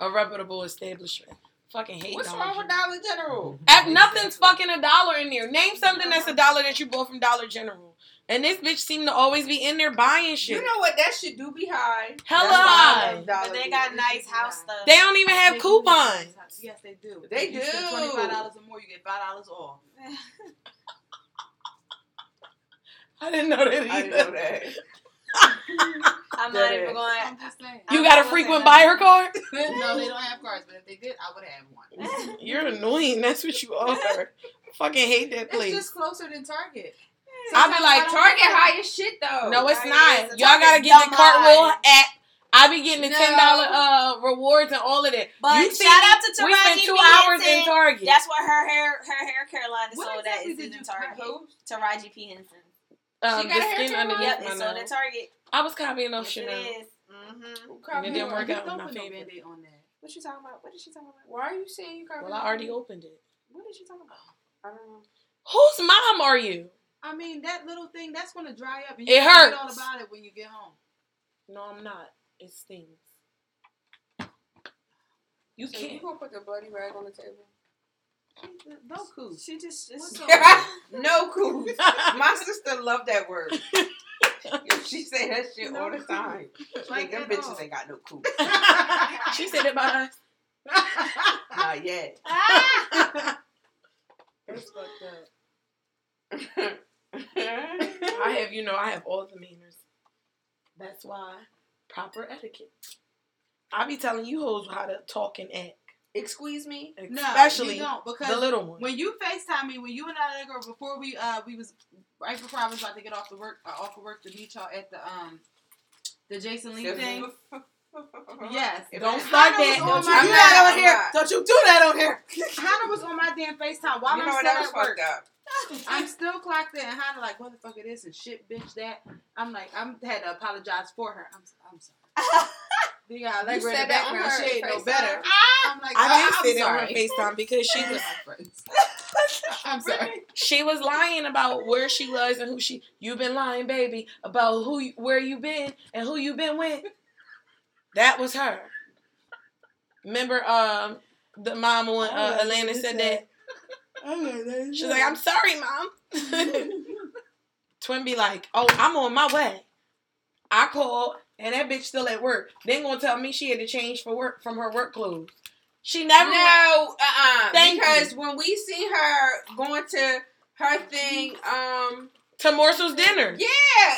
a reputable establishment. Fucking hate
What's
Dollar
wrong with
General.
Dollar General?
Have- nothing's fucking a dollar in there. Name something that's a dollar that you bought from Dollar General. And this bitch seemed to always be in there buying shit.
You know what? That shit do be
[LAUGHS]
high.
Hella
That's why I
high.
love Dollar
But they got
General.
nice house stuff.
they don't even have
they do
coupons.
have- Yes, they do.
They
If you spend
do.
Twenty-five dollars or more, you get five dollars off.
I didn't know that
I
either.
didn't know that.
I'm not
That
even
is.
going.
I'm just saying.
You got a
I'm not gonna say
frequent buyer card?
no, they don't have cards, but if they did, I would have one.
You're annoying. That's what you are. fucking hate that place.
It's just closer than Target.
I'd be like,
Sometimes I
Target high as shit though.
No, it's
Target
not.
is a-
Y'all gotta
Target's
get the
dumb
cartwheel
eyes.
app. I be getting the
No.
ten dollar uh rewards and all of that.
But
You
shout out to
we spent
Taraji
two
P.
hours
Henson.
in Target.
That's why her hair, her hair care line is
What
sold
exactly
at
did
is in
you
Target.
cut?
Taraji P Henson.
um,
She
the
got her
skin
hair
underneath
Yep,
my
it's sold at
nose.
Target.
I was copying off
Yes, it
Chanel.
is. Mm-hmm.
And it didn't work out with
Don't
my
put no
favorite.
Band-Aid on that.
What you talking about? What is she talking about?
Why are you saying you got?
Well, I already opened it.
What is she talking about?
I don't know.
Whose mom are you?
I mean, that little thing that's gonna dry up. And
It
you forget all
hurts.
about it when you get home.
No, I'm not. It stings.
You
You
so You
can't.
gonna put the bloody rag on the table?
No cool.
She just, just
[LAUGHS]
no cool. My sister loved that word. [LAUGHS] she say that shit all the time. She like,
Like
them
at
bitches
all. [LAUGHS]
ain't got no cool.
she said it about us.
Not yet.
That's fucked up.
I have, you know, I have all the manners. That's why proper etiquette. I be telling you hoes how to talk and act,
[LAUGHS] Excuse me.
No,
especially
you don't because
the little one.
When you FaceTime me, when you and I girl before we uh we was right before I was about to get off the work uh, off of work to meet y'all at the um the Jason Lee thing. Yes.
Don't
Hannah
start that. Don't
was on my-
you
do that on here.
Don't you do that on here.
Hannah was on my damn FaceTime while
you
I'm
know what?
still
That was
at work.
fucked up.
I'm still clocked in, and Hannah like, what the fuck it is and shit, bitch. That I'm like, I'm had to apologize for her. I'm, I'm sorry. Then you got
You
Allegra in the
said that on
background.
her
She ain't no
FaceTime.
better. I'm
I
like, oh,
did
I'm
sit on her
[LAUGHS] sorry.
FaceTime because she was
I'm sorry.
she was lying about where she was and who she. You've been lying, baby, about who you- where you been and who you been with. That was her. Remember, um, the mom when uh, Atlanta said that. She's like, "I'm sorry, mom." Twin be like, "Oh, I'm on my way." I called and that bitch still at work. Then gonna tell me she had to change for work from her work clothes. She never.
No, uh, uh
Thank
because when we see her going to her thing, um,
to Morsel's dinner.
yeah,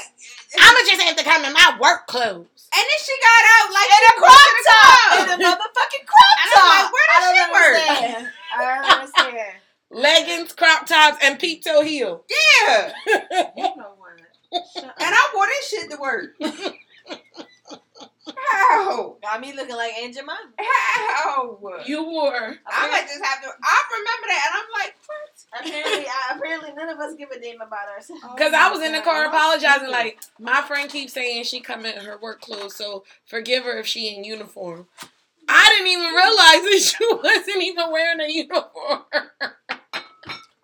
I'ma just have to come in my work clothes.
and then she got out like
In
she
a
was
crop
in a
top. In [LAUGHS]
club.
a motherfucking crop
And
top.
I'm like, where does she work?
understand. [LAUGHS] I don't understand.
Leggings, crop tops, and peep toe heel.
Yeah,
You know what? Shut up.
and I wore this shit to [LAUGHS] work. How?
Got me looking like Aunt Jemima.
How?
You wore.
I might just have to. I remember that, and I'm like,
Apparently, I, apparently, none of us give a damn about ourselves.
Cause Oh I was in the car apologizing, like my friend keeps saying she come in her work clothes, so forgive her if she in uniform. I didn't even realize [LAUGHS] that she wasn't even wearing a uniform.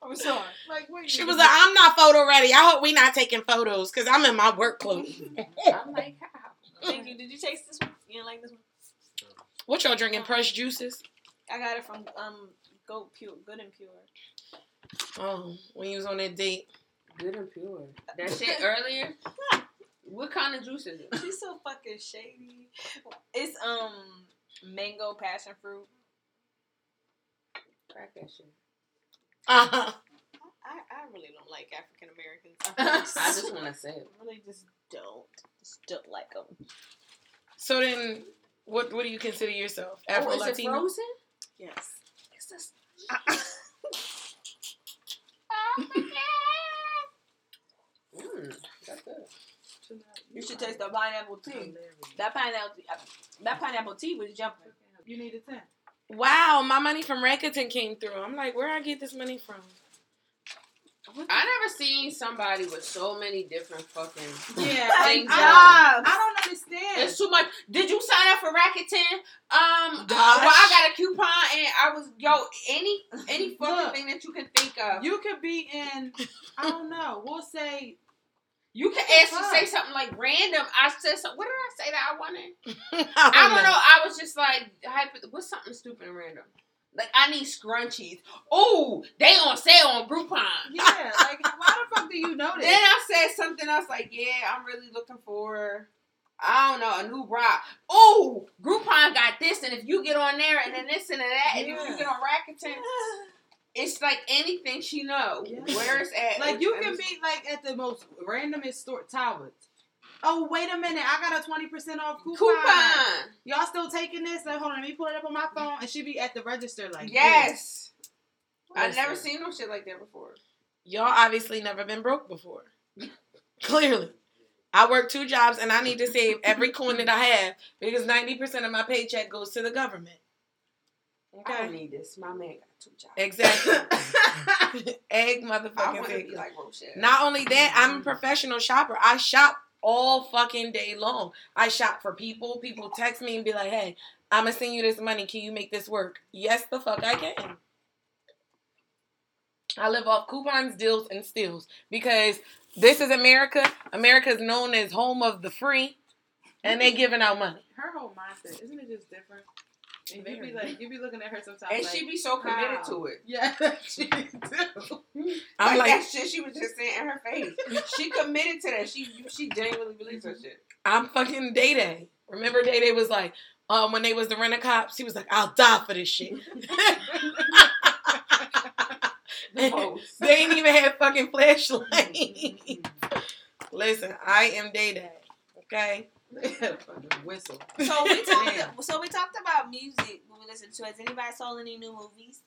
I'm sorry.
Like, wait,
She was like, "I'm not photo ready. I hope we not taking photos, cause I'm in my work clothes."
I'm like, how?
[LAUGHS] Thank you. Did you taste this one? You didn't like this one?
What y'all drinking? Pressed juices.
I got it from um Go Pure, Good and Pure.
Oh, when you was on that date, [LAUGHS]
Good and pure. That shit earlier. What kind of juice is it?
She's so fucking shady. It's um mango passion fruit.
Crack that shit.
uh-huh.
I, I really don't like African [LAUGHS] Americans.
I just want to say it.
I really just don't. Just don't like them.
so then what? What do you consider yourself? Afro Latino.
Oh, frozen? Ah.
Yes.
It's just [LAUGHS] Mm, that's good.
You should taste the pineapple tea. That pineapple, that pineapple tea was jumping.
You need a 10.
Wow, my money from Rakuten came through. I'm like, where I get this money from?
I never seen somebody with so many different fucking.
Yeah.
Thank
I, I don't understand.
It's too much. Did you sign up for Rakuten? Um, uh,
Gosh.
well, I got a coupon and I was yo any any fucking
Look.
thing that you can think of. You,
You could be in, I don't know, we'll say,
can
the
ask to
fuck?
say something like random. I said something. What did I say that I wanted?
I don't,
I don't know. I was just like, hypo- what's something stupid and random? Like I need scrunchies. Oh, they on sale on Groupon.
yeah, like, why the fuck do you know this?
Then I said something else like, yeah, I'm really looking for, I don't know, a new bra. Oh, Groupon got this, and if you get on there, and then this and that, and if
Yeah.
you get on Rakuten, it's like anything she know.
Yeah.
Where it's at.
Like, you can
And-
be, like, at the most randomest store, Towers. Oh, wait a minute, I got a 20% off coupon.
coupon.
Y'all still taking this? Like, hold on, let me pull it up on my phone, and she be at the register, like,
Yes. i
Listen.
never seen no shit like that before.
Y'all obviously never been broke before. [LAUGHS] Clearly. I work two jobs and I need to save every coin that I have because 90% of my paycheck goes to the government.
I don't
Okay.
need this. My man got two jobs. [LAUGHS]
Exactly. [LAUGHS] Egg
I
motherfucking
want to be
thing.
like "Oh, Rochelle.
Not only that, I'm a professional shopper. I shop all fucking day long. I shop for people. People text me and be like, hey, I'm going to send you this money. Can you make this work? Yes, the fuck I can. I live off coupons, deals, and steals because this is America. America is known as home of the free, and they giving out money.
Her whole mindset, isn't it just different? And you
Very.
be like, you be looking at her sometimes,
and
like,
she be so committed
how?
to it.
yeah, [LAUGHS] she do.
I'm like,
like, that shit she was just saying in her face. she committed to that. She she genuinely believes her shit.
I'm fucking Day Day. Remember Day Day was like, um, when they was the rent cops, he was like, I'll die for this shit. [LAUGHS]
[LAUGHS] The most.
They ain't even have fucking flashlights. Listen, I am day day. Okay.
Fucking whistle.
[LAUGHS] So we
Damn.
talked. So we talked about music. What we listened to. Has anybody saw any new movies?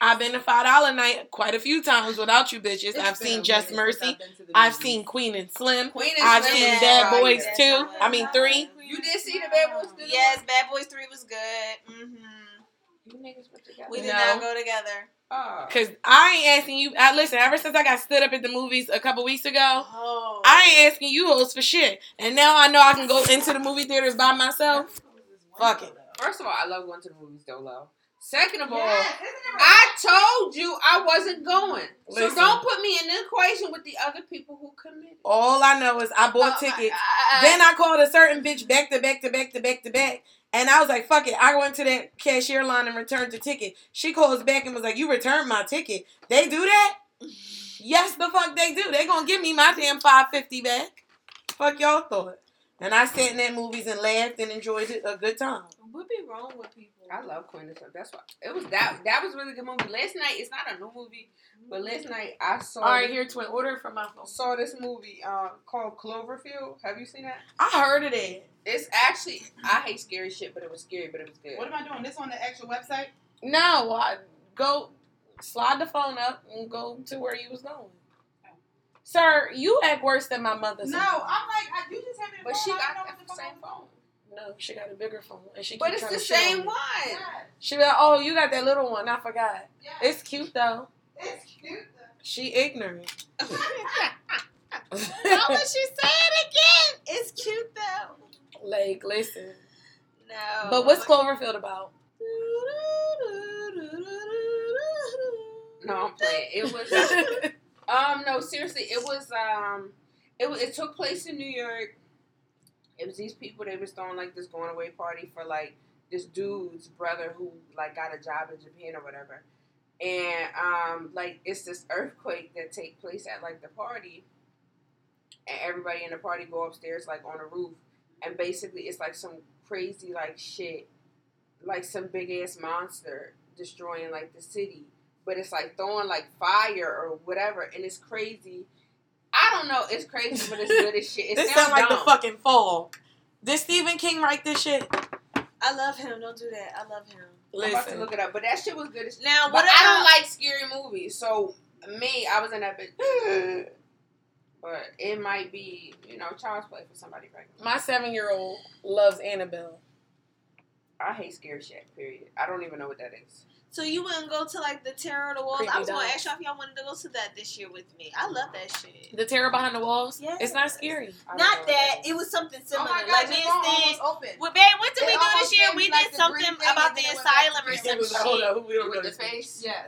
I've been to five dollar night quite a few times without you bitches. I've seen Just Mercy. I've seen Queen and Slim.
Queen and
I've
Slim
seen
is
Bad
fire.
Boys too. I mean three.
You did see the Bad Boys?
Yes, Bad Boys Three was good. Mm-hmm.
You niggas went together.
We did
No.
not go together.
Oh.
Cause I ain't asking you. I, listen, ever since I got stood up at the movies a couple weeks ago,
Oh.
I ain't asking you hoes for shit. And now I know I can go into the movie theaters by myself. Fuck it.
First of all, I love going to the movies, though, love. Second of all,
Yes, isn't it right?
I told you I wasn't going.
Listen.
So don't put me in the equation with the other people who committed.
All I know is I bought
Oh, my
tickets.
God.
Then I called a certain bitch back to back to back to back to back. And I was like, fuck it. I went to that cashier line and returned the ticket. She calls back and was like, you returned my ticket. They do that? Yes, the fuck they do. They gonna give me my damn 550 back. Fuck y'all thought. And I sat in that movies and laughed and enjoyed it, a good time.
What be wrong with people? [LAUGHS]
I love Queen of Scots. That's why it was that that was a really good movie. Last night, it's not a new movie, but last night I saw
here, twin. Order from my phone.
saw this movie uh, called Cloverfield. Have you seen that?
I heard of that.
It's actually I hate scary shit, but it was scary, but it was good.
What am I doing? This on the actual website?
No, I go slide the phone up and go to where you was going. Sir, you act worse than my mother.
No, I'm like,
sometimes.
I, you just have me. the
But
phone.
she
I don't
got
know what
that
the fuck
same
I'm
phone.
No, she got a bigger phone, and she.
But
keep
it's
trying
the
to shit on
same
me.
one.
doing.
She be like, "Oh, you got that little one. I forgot.
Yeah, yeah.
It's cute though.
It's cute. though.
She ignorant." [LAUGHS]
she say it again? It's cute though.
like, listen.
No.
But what's Cloverfield about?
No, I'm playing. It was um no seriously. It was um it wa- it took place in New York. It was these people they was throwing like this going away party for like this dude's brother who like got a job in Japan or whatever. And um like it's this earthquake that take place at like the party and everybody in the party go upstairs like on a roof and basically it's like some crazy like shit like some big ass monster destroying like the city but it's like throwing like fire or whatever and it's crazy i don't know it's crazy but it's good as shit it
this
sounds
sound like
dumb.
the fucking fog. Did Stephen King write this shit?
I love him. Don't do that. I love him.
i'm about to
Listen,
look it up but that shit was good as shit
Now,
but
what
i don't
about
like scary movies so me i was in
[LAUGHS]
that bitch but it might be you know child's play for somebody right
my seven-year-old loves Annabelle.
i hate scary shit period i don't even know what that is
so you wouldn't go to like the Terror of the Walls?
Creepy
I was gonna
dolls.
ask y'all if y'all wanted to go to that this year with me. I love that shit.
The terror behind the walls.
Yes.
It's not scary.
I don't know
Not
what
that
is.
it was something
Oh
similar.
my God,
like
the
me and
phone
Stan,
almost opened.
well, babe, what did
It
we do
almost
this year?
gave
We
you, like,
did
the green
something
thing and
about the
then it went back
asylum
to
or
the
some
green.
shit.
up, we
with the face
Yes.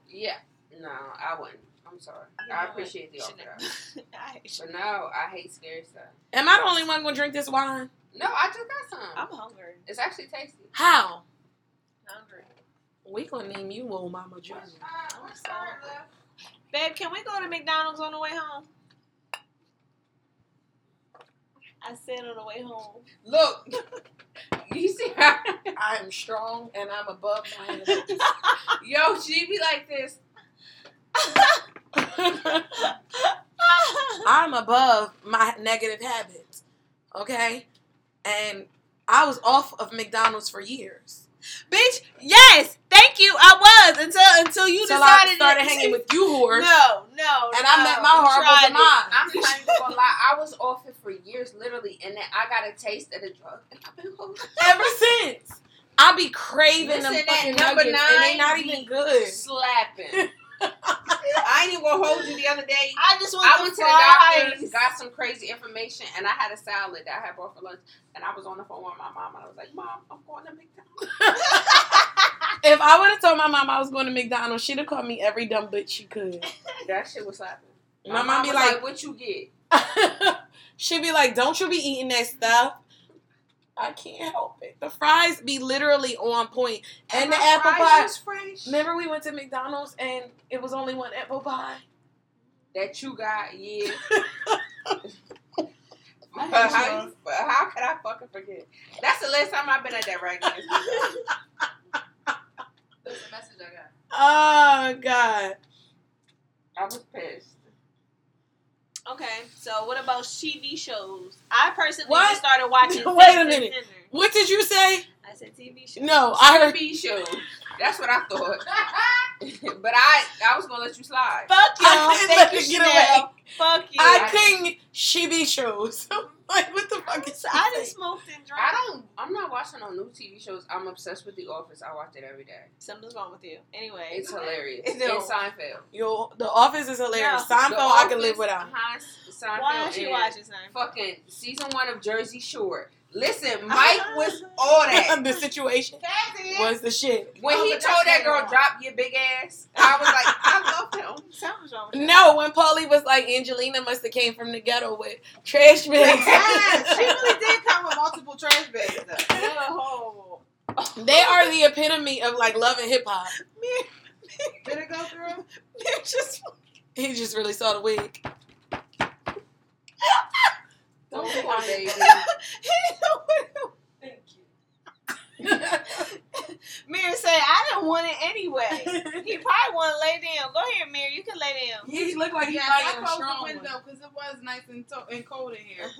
[LAUGHS]
yeah no i wouldn't i'm sorry
You know
i
what?
appreciate the offer
Shouldn't
though.
I [LAUGHS] hate you.
but no i hate scary stuff
Am I the only one gonna drink this wine?
no i just got some
I'm hungry.
it's actually tasty
How?
Hungry.
We gonna name you old mama Joe.
I'm sorry, love.
Babe, can we go to McDonald's on the way home? I said on the way home. [LAUGHS]
look you see how
I am strong and I'm above my [LAUGHS] head.
yo she be like this
[LAUGHS] I'm above my negative habits. Okay? And I was off of McDonald's for years.
Bitch, yes, thank you. I was until until you
Till I
decided
started
to-
hanging with you
No,
whores.
no,
And I
no.
met my
You
horrible
tried it.
demise.
i'm not even gonna lie i was off it for years literally and then i got a taste of the drug and i've been hooked
Ever since. I be craving them
Listen, that
fucking
number
nuggets, and they
nine
not
be
even good.
[LAUGHS] slapping i ain't even gonna hold you the other day
I just want
I
the
went to
fries.
the doctor, got some crazy information, and I had a salad that I had bought for lunch. And I was on the phone with my mom, and I was like, "Mom, I'm going to McDonald's."
If I would have told my mom I was going to McDonald's, she'd have called me every dumb bitch she could.
That shit was slapping.
My, mom be
was
like,
"What you get?"
[LAUGHS] she'd be like, "Don't you be eating that stuff." I can't help it. The fries be literally on point, and, the
my
apple
fries
pie.
was
[LAUGHS]
fresh.
Remember, we went to McDonald's and it was only one apple pie.
that you got, [LAUGHS] yeah.
I hate
But how,
y'all.
but how could I fucking forget? That's the last time I've been at that right [LAUGHS]
That's the message I got.
Oh God!
I was pissed.
Okay, so what about TV shows? I personally
What?
just started watching.
[LAUGHS] Wait a
Sex and
minute.
Sinner.
What did you say?
I said TV shows.
No, I heard.
TV show. That's what I thought. [LAUGHS] but I, I was gonna let you slide.
Fuck y'all.
I didn't let
Thank you,
it get
Chanel. Fuck you.
[LAUGHS] I king she be shows. like what the fuck?
fucking
I didn't smoke and drink.
I don't. I'm not watching no new TV shows. I'm obsessed with The Office. I watch it every day.
Something's wrong with you. Anyway,
[LAUGHS]
It's hilarious.
Ew.
And Seinfeld.
Yo, The Office is hilarious.
No.
Seinfeld,
The
I can
Office,
live without.
Hans- Seinfeld.
why don't she
and
watch this time?
Fucking season one of Jersey Shore.
[LAUGHS]
Listen, Mike was
[LAUGHS]
all that.
the situation was the shit.
When
Oh,
he
but
told
that's
that
later
girl,
on.
drop your big ass, I was
[LAUGHS]
like, I love him.
Something's wrong with you.
No, when Polly was like, Angelina must have came from the ghetto with trash
Yes, she
bags.
really did come with multiple trash bags. Though.
No.
[LAUGHS] they are the epitome of like loving hip hop.
Did it go through?
just [LAUGHS] he just really saw the wig.
Don't poor baby.
[LAUGHS]
Mary said, I didn't want it anyway. he probably want to lay down. Go ahead, Mary. You can lay down.
He looked like
Yes, I closed the window because it was nice and, to- and cold in
[LAUGHS]
here.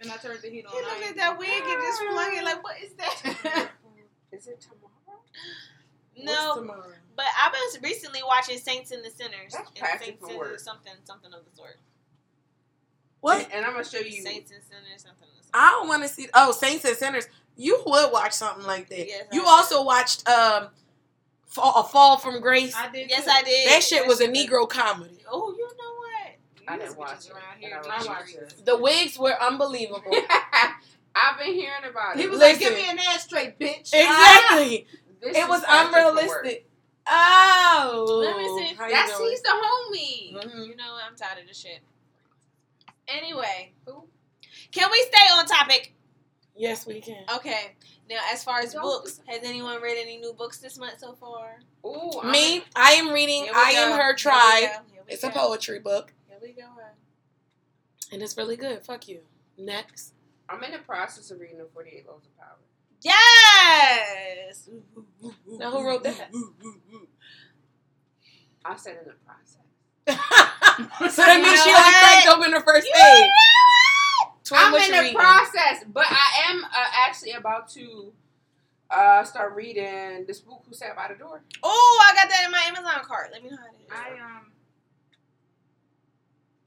And I turned the heat on.
He
I
looked
ain't-
at that wig and just flung it like, what is
[LAUGHS]
that?
[LAUGHS] Is it tomorrow? [LAUGHS]
no, but I've been recently watching Saints in the Sinners.
That's
and
passive
Saints
for
in
work.
something, something of the sort.
What?
And I'm gonna show you.
Saints and Sinners, something of the sort.
I don't want to see. Oh, Saints and Sinners. You would watch something like that.
Yes, I
you
would.
also watched um, Fall, A Fall from Grace.
I did.
yes,
too.
I did.
that shit was a Negro comedy.
Oh, you know what?
I
These
didn't watch
bitches
it.
around
And
here.
I
do
watched
shit.
it.
The wigs were unbelievable.
I've been hearing about
He
it.
was like, "Give
Listen.
me an ass straight, bitch."
exactly.
This
it
is
was
passive for work.
unrealistic. Oh.
Let me see.
How you
That's
doing?
he's the homie.
Mhm.
You know what? I'm tired of this shit. Anyway, can we stay on topic?
Yes, we can.
Okay. Now, as far as
Don't-
books, has anyone read any new books this month so far?
Ooh, I'm
Me, I am reading
Here we
I Am
go.
Her
Here we
Tribe.
go. Here we
It's a
go.
poetry book,
Here we go.
and it's really good. Fuck you. Next.
I'm in the process of reading the 48 Laws of Power.
Yes.
Now, who wrote that?
I said in the process.
so that means she
You
only
know
cracked open her first page. Twin,
I'm
what
in
you
the
reading?
process, but I am uh, actually about to uh, start reading this book who sat by the door.
Oh, I got that in my Amazon cart. Let me know how it is.
I um.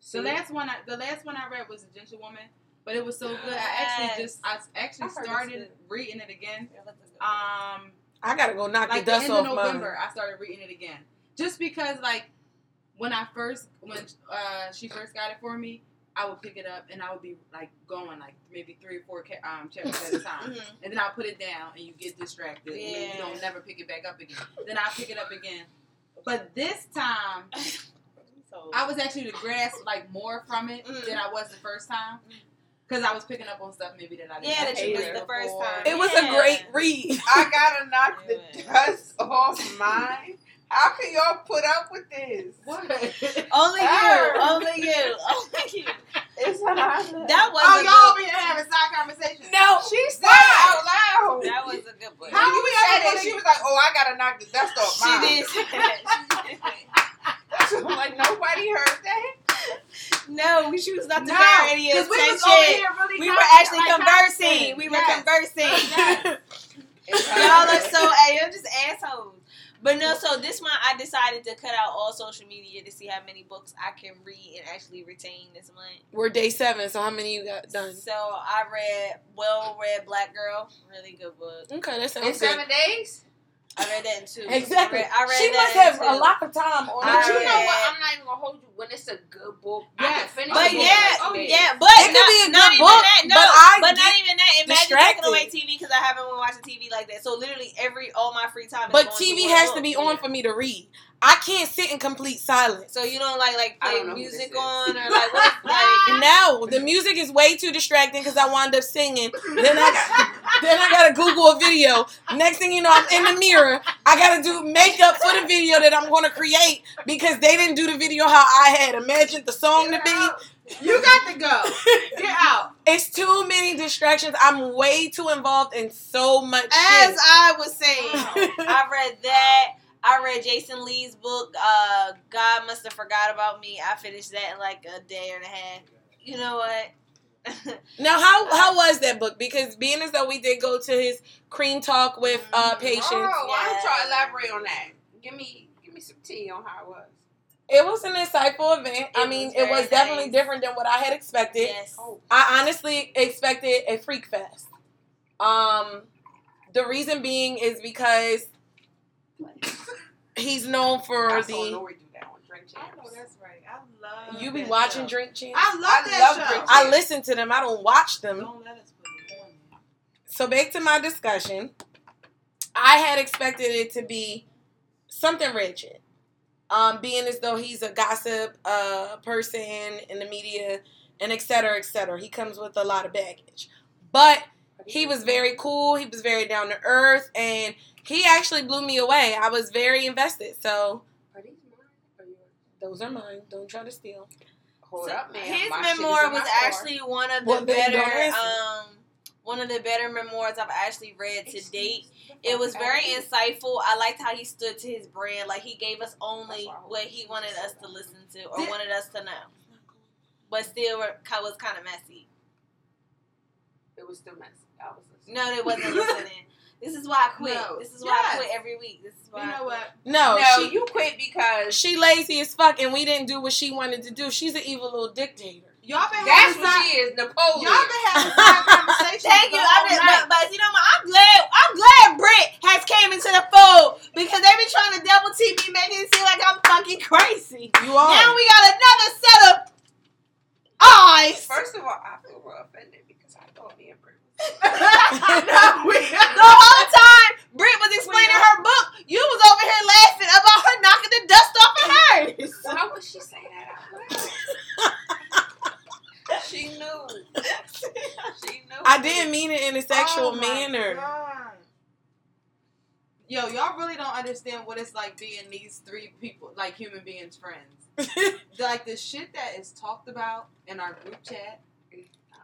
See?
The last one, I, the last one I read was a gentlewoman, but it was so good. I actually
Yes.
just, I actually
I heard it's
started
good.
reading it again.
Yeah, that's a good one.
Um,
I gotta go knock
like
the
the
dust
end
off
of
mine.
November, I started reading it again, just because like when I first, when uh, she first got it for me, I would pick it up and I would be like going like maybe three or four ca- um, chapters at
[LAUGHS]
a time.
Mhm.
and then I'll put it down, and you get distracted, and then
Yeah.
you don't never pick it back up again. then I pick it up again, but this time
So-
I was actually to grasp like more from it
Mm.
than I was the first time, because I was picking up on stuff maybe that I didn't
Yeah, that you
pay
missed
for
the first
before.
time.
It was
Yeah.
a great read.
I
[LAUGHS]
gotta knock the
Yeah.
dust off mine. How can y'all put up with this?
[LAUGHS]
What? [LAUGHS]
Only you.
Err.
Only you. Only [LAUGHS] you.
It's not.
That was a
oh, y'all
good-
over here having side conversations.
No,
she said
Why?
it out loud.
That was a good book.
How you
we
said
ever
it?
gonna-
She was like, "Oh, I gotta knock the dust off
[LAUGHS]
She
mine."
[LAUGHS]
did say [LAUGHS] that.
I'm like nobody heard that.
No, she was not
No,
to bear any
'cause
attention.
we was over here really
We were
conver-
actually
like,
conversing. We were
Yes.
conversing.
Yes.
y'all are so y'all just assholes. But no, so this month I decided to cut out all social media to see how many books I can read and actually retain this month.
[LAUGHS] we're day seven. So how many you got done?
So I read Well Read Black Girl, really good book.
Okay, that
in
sounds good.
seven days.
I read that in two.
Exactly.
I read, I read
she
that
must
in
have a
two.
lot of time on
I
But
her.
you
hands.
know what? I'm not even gonna hold you. When it's a good book, I can
Yes.
finish
But
the book
yeah,
next day.
yeah, but
It could
not,
be a
not
good
even
book,
that. No,
but I
but not
get
even that. Imagine
distracted.
taking away TV because I haven't been watching TV like that. So literally every all my free time. Is
But
going
TV
one
has
book.
to be on for me to read. I can't sit in complete silence.
So you don't like like
I
play
don't know who
music
this is.
on or
[LAUGHS]
like what? Like
No, the music is way too distracting because I wind up singing. Then I got, then I gotta Google a video. Next thing you know, I'm in the mirror. I gotta do makeup for the video that I'm gonna create because they didn't do the video how I had imagined the song to be.
You got to go. Get out.
It's too many distractions. I'm way too involved in so much
as
shit.
I was saying,
Wow.
[LAUGHS] I read that. I read Jason Lee's book. Uh, God must have forgot about me. I finished that in like a day and a half. You know what?
[LAUGHS]
[LAUGHS]
Now, how how was that book? Because being as though we did go to his cream talk with uh,
Oh,
patients.
why don't
Yeah.
y'all elaborate on that? Give me, give me some tea on how it was.
It was an insightful event. I
It
mean,
was
it was
very
definitely
nice.
different than what I had expected.
Yes.
oh,
I honestly expected a freak fest. Um, the reason being is because he's known for
I saw
the
Lori do that one. Drink
I know
champs.
that's right. I love.
you be
that
watching
show.
Drink Champs.
I love that
I love
show.
Drink
I listen to them. I don't watch them.
Don't let us put it on.
so back to my discussion. I had expected it to be something ratchet, um, being as though he's a gossip uh, person in the media and et cetera, et cetera. He comes with a lot of baggage, but he was very cool. He was very down to earth, and he actually blew me away. I was very invested. So
Are these mine? Are yours?
those are mine. Don't try to steal.
Hold
So,
up, man.
His
My shit is
memoir
in my
was
car.
actually one of the
Well, then don't
better,
answer.
um, one of the better memoirs I've actually read to date. It was very insightful. I liked how he stood to his brand. Like he gave us only what he wanted us to listen to or
Did-
wanted us to know, but still were- ki- was kind of messy.
It was still messy. I was listening.
No, they wasn't listening. This is why I quit.
No.
This is why I
Yes.
quit every week. This is why.
You know
I
what?
quit.
No,
no,
she
you
[LAUGHS]
quit because
she lazy as fuck, and we didn't do what she wanted to do. She's an evil little dictator.
Y'all been
that's
having
what
side-
she is, Napoleon.
Y'all been
[LAUGHS]
having side conversations.
Thank you.
the
I
whole
did,
night.
but, but you know what? I'm glad. I'm glad Brit has came into the fold because they been trying to double team me, making it seem like I'm fucking crazy.
You are.
Now we got another set of
[LAUGHS]
eyes. [LAUGHS]
First of all, I feel real offended because I thought me and Brit
No, we-
The whole time Brit was explaining her book, you was over here laughing about her knocking the dust off of
[LAUGHS]
hers.
Why would she say that out loud? [LAUGHS] she knew. She knew.
I didn't mean it in a sexual
Oh my
manner. [LAUGHS]
God. Yo, y'all really don't understand what it's like being these three people, like human beings, friends. like the shit that is talked about in our group chat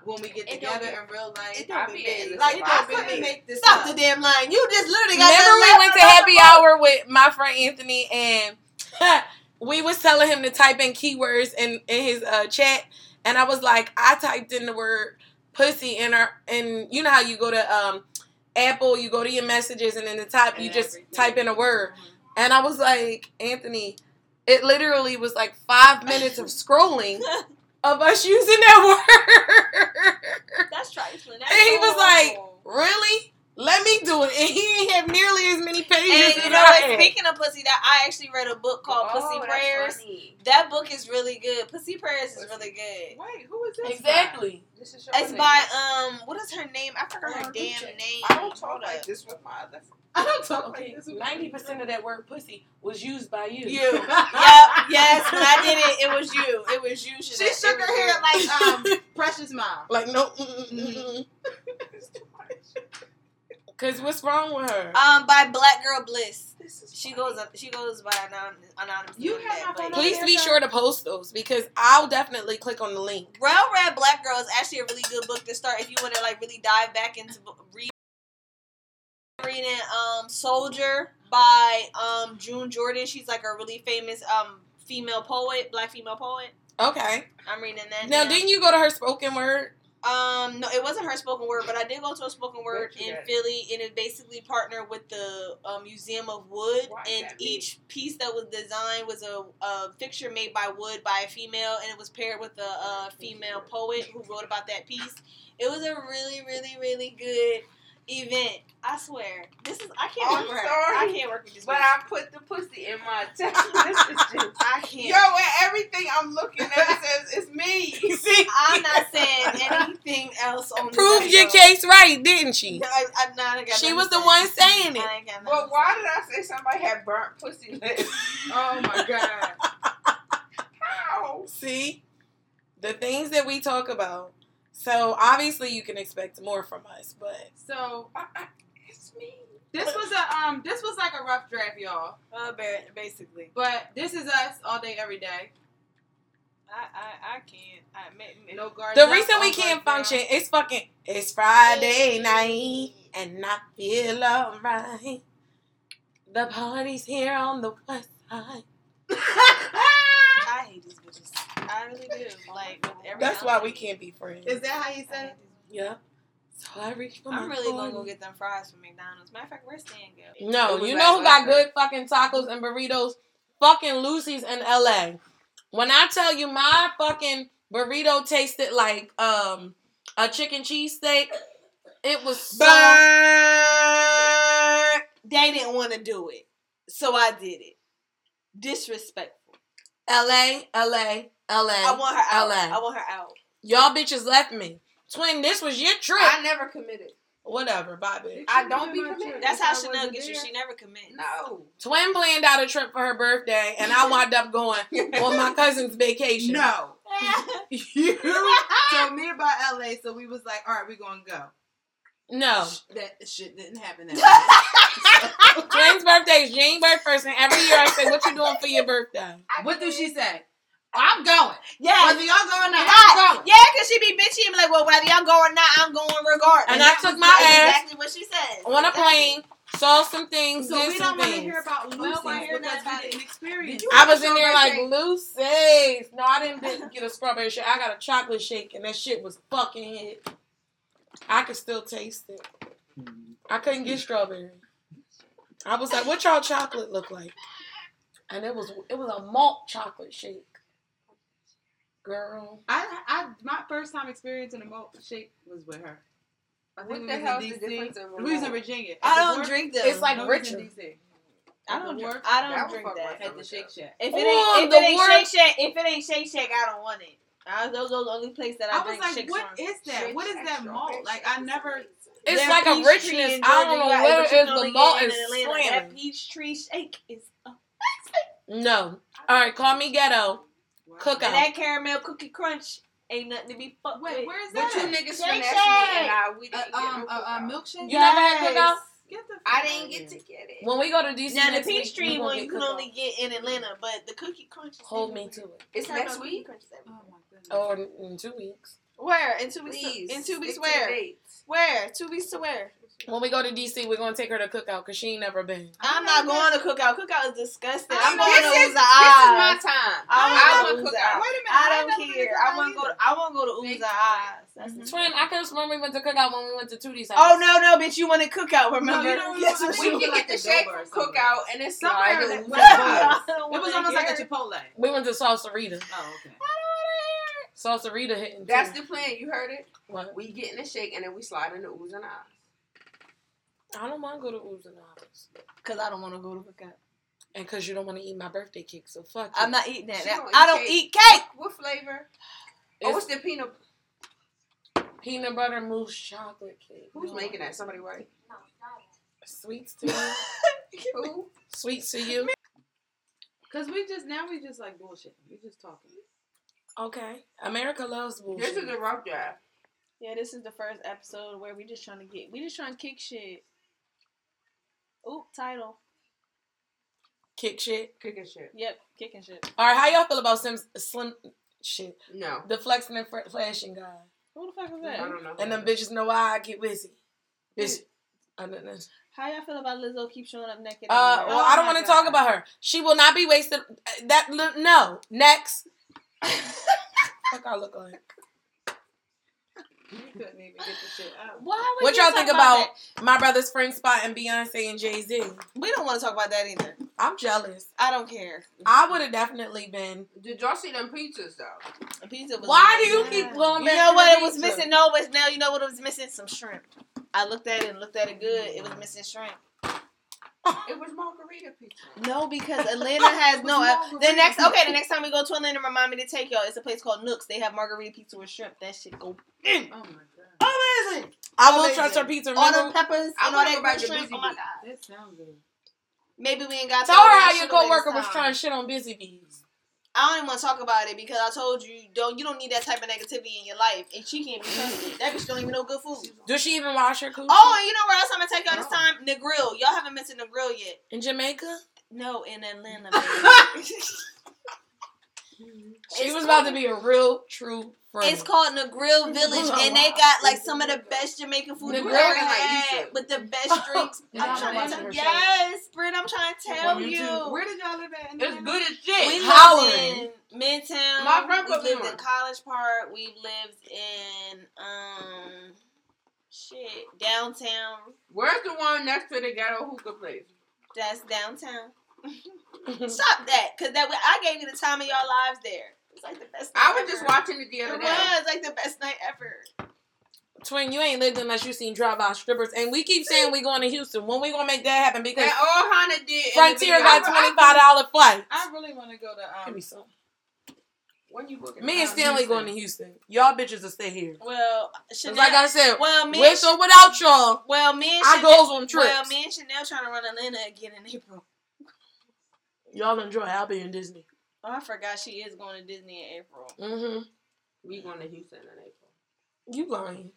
when we get
It don't
together
be-
in real life.
it don't be me.
like
It
I
don't be
couldn't
me.
make this [LAUGHS]
Stop the
up.
damn line. You just literally got
Remember
done
we went
laughing
to happy
about
hour with my friend Anthony and [LAUGHS] we was telling him to type in keywords in, in his uh, chat and I was like I typed in the word pussy in our and you know how you go to um Apple you go to your messages and in the top you
And
just
everything. Mm-hmm.
type in a word and I was like Anthony it literally was like 5 minutes of scrolling of us using that [LAUGHS] word
her. That's trifling.
And he was like,
Oh.
Really? Let me do it. [LAUGHS] And he ain't have nearly as many pages
And you
as
know
I
what?
had.
Speaking of pussy, that I actually read a book called
Oh,
Pussy
that's
Prayers.
funny.
That book is really good. Pussy Prayers is really good.
Wait, who is this? by?
Exactly.
This is your
It's
name.
by um, what is her name? I forgot her
Hold on,
damn
check.
name.
I don't talk
Hold
like
up.
this with my other
I don't talk
Okay,
like this.
ninety percent of that word "pussy" was used by you.
[LAUGHS]
you. yep.
[LAUGHS]
Yep,
[LAUGHS]
yes, when I did it, it was you. It was you. Shanae.
She shook
It was
her
you.
head like um,
[LAUGHS]
Precious Mom.
[LAUGHS] Like no, mm, mm, mm,
It's too much.
mm. [LAUGHS] cause what's wrong with her?
Um, by Black Girl Bliss.
This is
She
funny.
goes up. She goes by anonymous. anonymous
You
name
have
that,
my
but-
phone
Please be
Amanda.
sure to post those because I'll definitely click on the link.
Well Read Black Girl is actually a really good book to start if you want to like really dive back into bo- read. Reading um Soldier by um June Jordan. She's like a really famous um female poet, black female poet.
Okay.
I'm reading that
Now, didn't you go to her spoken word? [LAUGHS]
Um, no, it wasn't her spoken word, but I did go to a spoken word
What you
in
got?
Philly, and it basically partnered with the um, Museum of Wood,
Why
and
that be?
each piece that was designed was a, a picture made by wood by a female, and it was paired with a, uh female poet who wrote about that
[LAUGHS]
piece. It was a really, really, really good event. I swear, this is I can't
Oh,
work
I'm
with her.
sorry.
I can't work with this.
But
bitch.
I put the pussy in my [LAUGHS] text messages.
[LAUGHS] I can't.
Yo, and everything I'm looking at it says it's me. [LAUGHS]
See,
I'm not saying anything else on this
proved your
episode.
case right, didn't she?
No, I, I, no, I ain't got
She
nothing
was
to
the
say.
one saying it.
I ain't got nothing
But
to
why did I say somebody had burnt pussy lips? [LAUGHS]
Oh my god.
How?
See, the things that we talk about. So obviously, you can expect more from us, but
So
I- I- It's me.
this was a um, this was like a rough draft, y'all.
Uh, ba- basically,
But this is us all day, every day.
I I, I can't. I may, may-
No guard.
The reason we can't function is fucking it's Friday night and I feel alright. The party's here on the west side.
I hate these bitches. I really do. Like with every
That's why we
ounce.
can't be friends.
Is that how you
I
say?
hate
it?
these bitches.
yeah. So I reach for
I'm
my
really gonna go
40.
get them fries from McDonald's. Matter of fact, where's Stan go?
No,
It was
you
like
know who got
last
good fucking tacos and burritos? fucking Lucy's in LA. When I tell you my fucking burrito tasted like um a chicken cheesesteak, it was so
They didn't want to do it, so I did it. Disrespectful.
LA, LA,
I
LA.
want her out.
LA.
I want her out.
Y'all bitches left me. Twin, this was your trip.
I never committed.
Whatever, bye bitch.
I don't be committed.
That's how
If I
Chanel
wasn't
gets you.
there-
She never commits.
No.
Twin planned out a trip for her birthday, and I wound up going on my cousin's vacation.
No. [LAUGHS] you told me about LA, so we was like, all right, we're gonna go.
no.
That shit didn't happen [LAUGHS] that
Twin's birthday is January first, and every year I say, "What you doing for your birthday?"
way. what do she say? I'm going.
yeah.
Whether y'all go or not,
Right.
I'm
[LAUGHS]
going.
Yeah, cause she be bitchy and be like, well, whether y'all go or not, I'm going regardless.
And I
That
took
was
my ass
exactly what she said.
On a plane, saw some things,
So
did
we
some
don't want to
things.
hear about Lucy
Well, why hear
because
that
we didn't experience. it.
I was in there like Lucy's. No, I didn't get- get a strawberry shake. I got a chocolate shake, and that shit was fucking hit. I could still taste it. I couldn't get strawberry. I was like, "What y'all chocolate look like?" And it was it was a malt chocolate shake, girl.
I, I, my first time experiencing a milkshake was with her. I think
What
we
the
was in
hell is the
DC.
difference in
We was in
remote?
Virginia. At
I
the
don't
wharf-
drink them.
It's like
no, we was in
Richer.
DC.
I don't
the
drink.
wharf.
I
That
don't
was
drink
fucking
that.
Richer.
At the Shake Shack.
If it
Oh,
ain't, if
the
it ain't
word-
Shake Shack, if it ain't Shake Shack, I don't want it. I, those are the only place that I,
I was
drink
like,
shakes
what
from.
is that?
Shake
What is
Shack
that
strawberry
malt?
shake
Like, I
is
never.
It's
That
like a
peach tree
richness.
in
I don't
Georgia,
know
you got it,
where it
but you
is.
can only
The
get
malt
it in
is
Atlanta.
slamming.
That peach tree shake is amazing.
No. All right, call me ghetto. Cook
And
out.
that caramel cookie crunch ain't nothing to be fucked
Wait,
with.
where is
What you
that?
niggas finessed
Shake
me and I, we
Uh,
didn't get
um, a,
no
a
cookout.
milk
You never had cookout?
Yes.
Get the fuck
I
out
didn't
of
get to
here.
get it.
When we go to DC
Now the
next
peach
week,
tree
we
one
gonna
you
get
can
cooked
only
out.
get in Atlanta, but the cookie crunch. Is
hold me to
everywhere.
it.
It's
Caramel
next
cookie
week.
crunch is
Oh
everywhere.
my goodness.
Or in, in two weeks.
Where in two weeks?
Please.
in two weeks,
stick to the
where?
dates.
Where two weeks to where?
When we go to DC, we're gonna take her to cookout because she ain't never been.
I'm not going to cookout. Cookout is disgusting.
I
I'm
know.
going to
This
is-
Uza.
This is
Eyes.
my time.
I
I
want
wanna
to
cook
Uza.
out.
Wait a minute.
I
never
don't
did
care.
that
I want to go.
either.
To, I want to go to Uza
Big
Eyes. That's the
Twin, I can remember we went to cookout when we went to Tootie's house.
Oh no, no, bitch! You want to cookout? Remember?
No, you don't
Yes,
remember.
we
We
It
can
was like
get the
a
shake
Dover
from
or somewhere.
cookout and it's
Somewhere
slide
that-
to
[LAUGHS]
what
Uber.
It was almost like a Chipotle.
We went to Salsarita.
Oh, okay.
Salsarita hitting.
That's
too.
the plan. You heard it.
What?
We getting a shake and then we slide into ooze and eyes.
I don't want to go to Uber and Hobbs.
Because I don't want to go to cookout.
And because you don't want to eat my birthday cake, so fuck
I'm
it.
not eating that.
She
That-
don't eat
I don't
cake.
eat cake.
What flavor?
It's
oh, it's the peanut.
peanut butter mousse chocolate cake.
Who's
No.
making that? Somebody right?
Sweets to you.
Who?
Sweets to you.
Cause we just now we just like bullshit. We just talking.
Okay. America loves bullshit.
This is a rough draft.
Yeah, this is the first episode where we just trying to get. We just trying to kick shit. Oop, title.
Kick shit.
Cooking shit.
Yep, kicking shit.
All right, how y'all feel about Sims Slim shit?
No.
The flexing and fr- flashing guy.
Who the fuck was
I
that?
don't know.
And them bitches know why I get busy. Bitch. I don't know.
How y'all feel about Lizzo keep showing up naked?
Uh,
everywhere?
well, I don't
my
want to talk
God.
about her. She will not be wasted. That li- no.
[LAUGHS]
Next. Fuck, I look like.
We couldn't even get the shit [LAUGHS] out.
Why would
What
you
y'all
talk
think about
that?
my brother's friend spot and Beyonce and Jay Z?
We don't want to talk about that either.
I'm jealous.
I don't care.
I would have definitely been.
Did y'all see them pizzas though?
A pizza was
Why do you
amazing.
keep going
You
back?
know
to
what
the
it was
pizza?
missing? No, it's now you know what it was missing? Some shrimp. I looked at it and looked at it good. It was missing shrimp.
It was margarita pizza.
No, because [LAUGHS] Atlanta has no.
What's
uh,
wrong with
the
you?
next okay, the next time we go to Atlanta, remind me to take y'all. It's a place called Nooks. They have margarita pizza with shrimp. That shit go
Oh my god.
amazing.
I will
Amazing.
trust her pizza.
All them
Remember?
peppers and
I
all
wanna go
that
back
good
to
shrimp.
Busy
Oh my
Bee.
god.
That sounds good.
Maybe we ain't got. to
Tell her
all
how
that
your
shit the way
coworker
it
was
sound.
trying shit on busy bees.
I don't even want to talk about it because I told you don't. You don't need that type of negativity in your life, and she can't be [LAUGHS] trusted. that bitch don't even know good food.
Does she even wash her coochie?
Oh, and you know where else I'm gonna take y'all this
No.
time? Negril. Y'all haven't mentioned Negril yet.
in Jamaica.
No, in [LAUGHS] Atlanta. baby.
She
It's
was about to be a real, true friend.
It's called Negril Village,
Oh,
and they
wow.
got like some of the best Jamaican food you've
Negril
ever
is like
had,
Egypt.
with the
[LAUGHS]
best drinks.
Yeah,
I'm
I'm
trying to
watching
tell
her show.
yes, Brit. I'm trying to tell
On
you.
YouTube. Where did y'all live at? in
It's
Atlanta?
good as
We
shit.
lived
Howling.
in Midtown.
My friend put
we
me
lived in
on.
College Park. We lived in um shit downtown.
Where's the one next to the ghetto hookah place?
That's downtown. Stop that, cause that way I gave you the time of your lives there. It's like the best.
I
night
was just
ever.
watching it the other
It
day.
was like the best night ever.
Twin, you ain't lived unless you seen drive-by strippers. And we keep saying we going to Houston. When we gonna make that happen? Because
That all Hannah did. in the
Frontier
video-
got
I- I-
twenty-five dollar flight.
I really want to go to.
Give
Um,
me some.
When you booking?
Me and
Um,
Stanley
Houston.
going to Houston. Y'all bitches will stay here. 'Cause
Well, Chanel.
like I said,
well, me. and
with or without y'all,
Ch- well, me. And
I
Chanel,
goes on trips.
Well, me and Chanel trying to run Atlanta again in April.
y'all enjoy. I'll be in Disney.
Oh, I forgot she is going to Disney
[LAUGHS]
in April.
Mm-hmm.
We going to Houston in April.
You lying.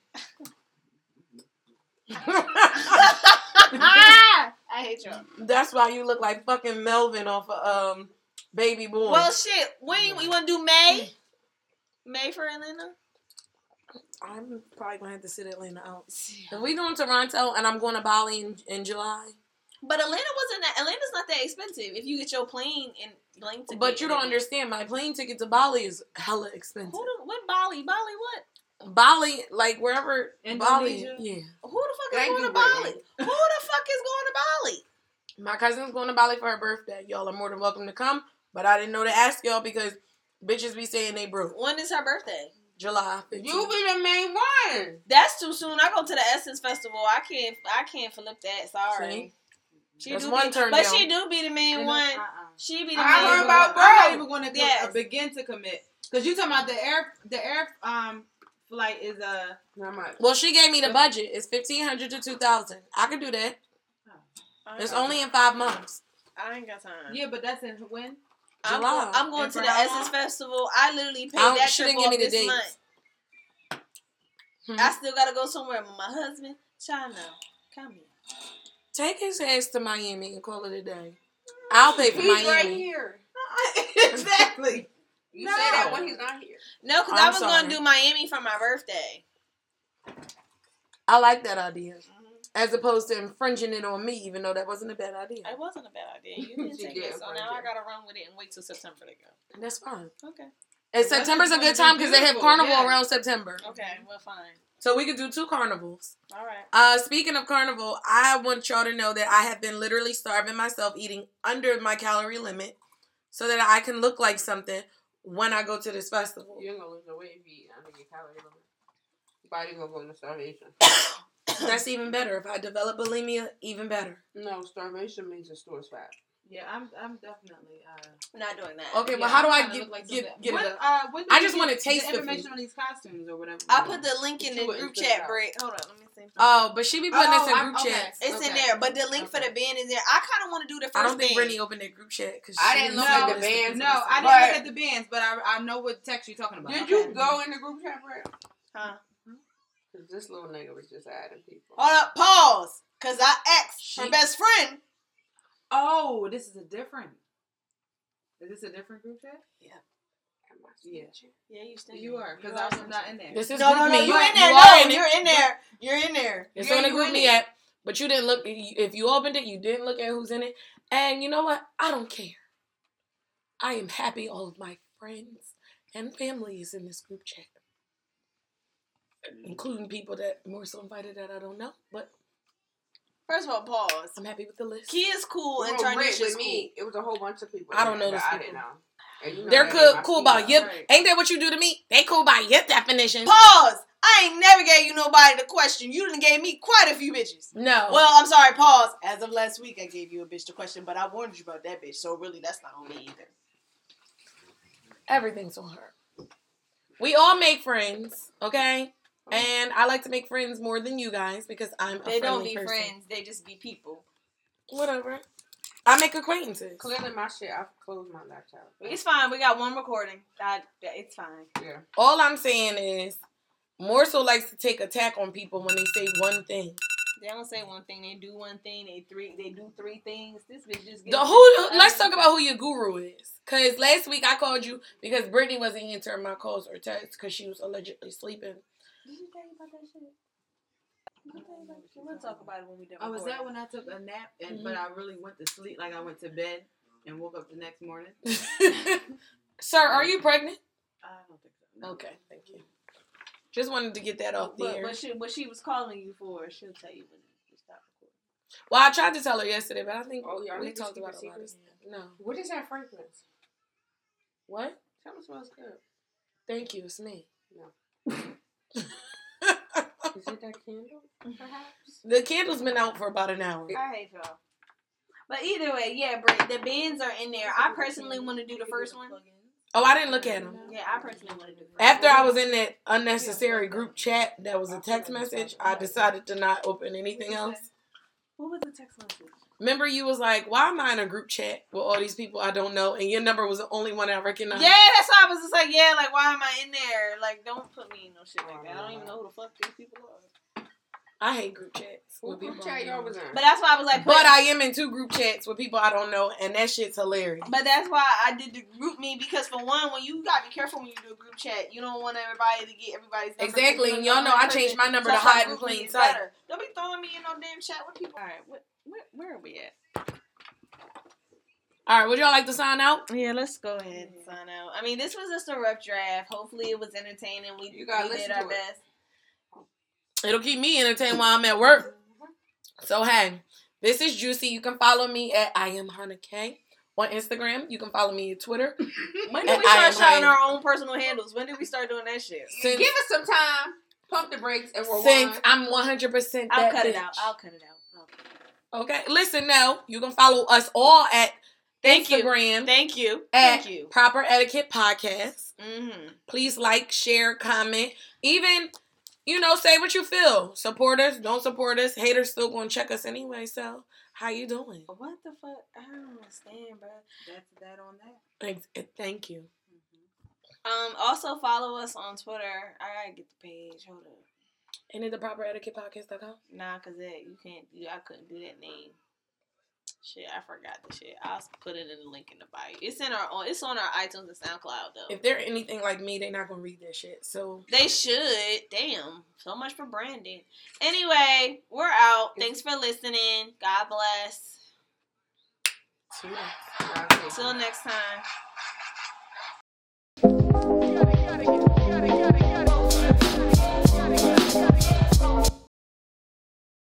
ah, I hate y'all.
[LAUGHS] That's why you look like fucking Melvin off of um Baby Boy. Mm.
Well, shit. When you want to do May? May for Atlanta?
I'm probably gonna have to sit Atlanta out. If we doing Toronto and I'm going to Bali in, in July,
But Atlanta wasn't that. Atlanta's not that expensive if you get your plane and plane ticket.
but you
and
don't
everything.
understand. My plane ticket to Bali is hella expensive.
Who the, what Bali? Bali what?
Bali, like wherever Bali,
Indonesia?
yeah.
Who the fuck is
Thank
going
you,
to Bali?
Whitney.
Who the fuck is going to Bali?
My cousin's going to Bali for her birthday. Y'all are more than welcome to come, but I didn't know to ask y'all because bitches be saying they broke.
When is her birthday?
July 15th.
You be the main one.
That's too soon. I go to the Essence Festival. I can't. I can't flip that. Sorry.
See?
She
That's
do
one
be,
turn
But
down.
she do be the main one.
Uh-uh.
She be the
I
I'm
learned
main one.
not even
about
gonna- I'm not
bro.
even going to go,
Yes.
begin to commit because you talking about the air the air um flight is uh,
Not much.
Well, she gave me the budget. It's 1500 to 2000 I could do that. It's only in five months.
I ain't got time.
yeah, but that's in [LAUGHS] when
I'm
July.
going, I'm going
And
to
for
the
how
Essence
long?
Festival. I literally paid
don't-
that
she
trip
didn't give
off
me the
this
dates.
month.
Hmm.
I still gotta go somewhere with my husband. China, come here.
Take his ass to Miami and call it a day. I'll pay for
He's right
Miami.
here.
exactly.
You
No.
say that when he's not here.
No, because
Oh, I'm
I was gonna
sorry.
do Miami for my birthday.
I like that idea.
Mm-hmm.
As opposed to infringing it on me, even though that wasn't a bad idea.
It wasn't a bad idea.
[LAUGHS]
You didn't
She
take
did
it, so
right
now I
there.
gotta run with it and wait till September to go.
That's fine.
Okay.
And
Well, that's
September's a
gonna
good
be
time because they have
beautiful,
carnival
yeah.
around September.
Okay. Well, fine.
So we could do two carnivals.
All right.
Uh, speaking of carnival, I want y'all to know that I have been literally starving myself, eating under my calorie limit, so that I can look like something when I go to this festival.
You ain't gonna lose no weight if you eat under your calorie limit. Your body gonna go into starvation.
[LAUGHS] That's even better. If I develop bulimia, even better.
No, starvation means it stores fat.
Yeah, I'm I'm definitely. Uh,
I'm not doing that.
Okay,
yeah,
but how do
I'm
I
trying to
get
look like
get,
something.
get
what,
it up?
Uh, when did
I
you
just
get
wanna
the
taste the
information
food.
on these costumes or whatever.
I put the link in
You
the
would
group
put it
chat,
out.
Britt. Hold on, let me see.
Oh, but she be putting
Oh,
this in
I'm-
group
okay.
chats.
It's in
okay.
there, but the link for
Okay.
the band is there. I kind of want to do the first
I don't think
band.
Brittany opened that group chat because
I didn't
No,
look
no, I
at the bands.
didn't
But-
look at the bands, but I, I know what text you're talking about.
Did
Okay.
you go in the group chat, Brett?
Huh?
Because this little nigga was just adding people.
Hold up, pause. Cause I asked her
She-
best friend.
Oh, this is a different. Is this a different group chat?
Am I seeing
Yeah.
you?
Yeah, you still.
you are, because I was not in there.
This is
No, no,
group
no.
me.
You in there?
are
No,
in it.
you're in there. You're in there.
It's
Yeah,
on the
you
group
in
me
it.
app, but you didn't look. If you opened it, you didn't look at who's in it. And you know what? I don't care. I am happy all of my friends and family is in this group chat, including people that more so invited that I don't know. But
First of all, pause.
I'm happy with the list.
Key is cool
You
and
were
Tarnisha
great
is
with
cool.
me. It was a whole bunch of people.
I don't
there
know
that
these
I didn't
people.
know. And you know
They're
that
cool,
ain't my
cool
people.
about yep.
Right.
Ain't that what you do to me? They cool by your definition.
Pause. I ain't never gave you nobody the question. You done gave me quite a few bitches.
No.
Well, I'm sorry. Pause. As of last week, I gave you a bitch the question, but I warned you about that bitch. So really, that's not on me either.
everything's on her. We all make friends, okay? And I like to make friends more than you guys because I'm a
They don't
friendly
be
person.
friends. They just be people.
Whatever. I make acquaintances.
Clearly, my shit. I've closed my laptop.
It's fine. We got one recording. I, it's fine.
Yeah.
All I'm saying is, Morsel likes to take attack on people when they say one thing.
They don't say one thing. They do one thing. They three. They do three things. This bitch just
The who? Let's talk about who your guru is. Cause last week I called you because Brittany wasn't answering my calls or texts because she was allegedly sleeping. [LAUGHS]
Did you tell you about that shit? Did you tell you about that shit? We'll talk about it when we done.
Oh, was that
recording.
when I took a nap and but
Mm-hmm.
I really went to sleep? Like I went to bed and woke up the next morning.
Sir, are you pregnant?
I don't think so. No.
Okay, thank you. Just wanted to get that off the
But
air.
what she what she was calling you for? She'll tell you when we stop recording.
Well, I tried to tell her yesterday, but I think
Oh, y'all
we
niggas
talked
keep
about
it
a lot of
secret?
stuff. No.
What is that fragrance?
What?
Tell me smells good.
Thank you. It's me. [LAUGHS]
[LAUGHS] Is it that candle? Perhaps.
The candle's been out for about an hour.
I hate y'all. But either way, yeah, Britt, the bins are in there. I personally want to do the first one.
Oh, I didn't look at them.
Yeah, I personally want to do. The first
After I was in that unnecessary group chat that was a text message, I decided to not open anything else.
one. what was the text message?
Remember, you was like, "Why am I in a group chat with all these people I don't know?" And your number was the only one I recognized.
Yeah, that's why I was just like, yeah, like why am I in there? Like, don't put me in no shit like that. I don't even know who the fuck these people are.
I hate group chats.
What
with
group
people I
chat
don't
y'all
know.
was in?
But that's why I was like,
But I am in two group chats with people I don't know, and that shit's hilarious.
But that's why I did the group me because for one, when you gotta be careful when you do a group chat, you don't want everybody to get everybody's number.
Exactly, and y'all know I changed my number to
That's why
hide in
group me
plain
is
sight.
better. Don't be throwing me in no damn chat with people. All right, what, what, where are we at?
All right, would y'all like to sign out?
Yeah, let's go ahead and sign out. I mean, this was just a rough draft. Hopefully, it was entertaining. We,
You gotta
we did
listen
our
to it.
[LAUGHS] best.
It'll keep me entertained while I'm at work. So hey, this is Juicy. You can follow me at I am Hannah K on Instagram. You can follow me at Twitter.
When did
And
we
I am
start shouting
Ryan.
our own personal handles? When did we start doing that shit?
Since,
Give us some time. Pump the brakes and rewind.
since I'm 100 percent
I'll cut it out. I'll cut it out. Okay.
Okay, listen now. You can follow us all at
Thank you.
Instagram
Thank you.
at
Thank you.
Proper Etiquette Podcast.
Mm-hmm.
Please like, share, comment, even you know, say what you feel. Support us, don't support us. Haters still gonna check us anyway. So how you doing?
What the fuck? I don't understand, bro.
That's that on that.
Thanks- and Thank you.
Um, also follow us on Twitter. I gotta get the page. Hold up.
And at the Proper Etiquette Podcast.com.
Nah, cause that you can't. You, I couldn't do that name. Shit, I forgot the shit. I'll s- put it in the link in the bio. It's in our on. It's on our iTunes and SoundCloud though.
If they're anything like me, they're not gonna read that shit. So
they should. Damn, so much for branding. Anyway, we're out. Thanks for listening. God bless.
tune in.
Till next time.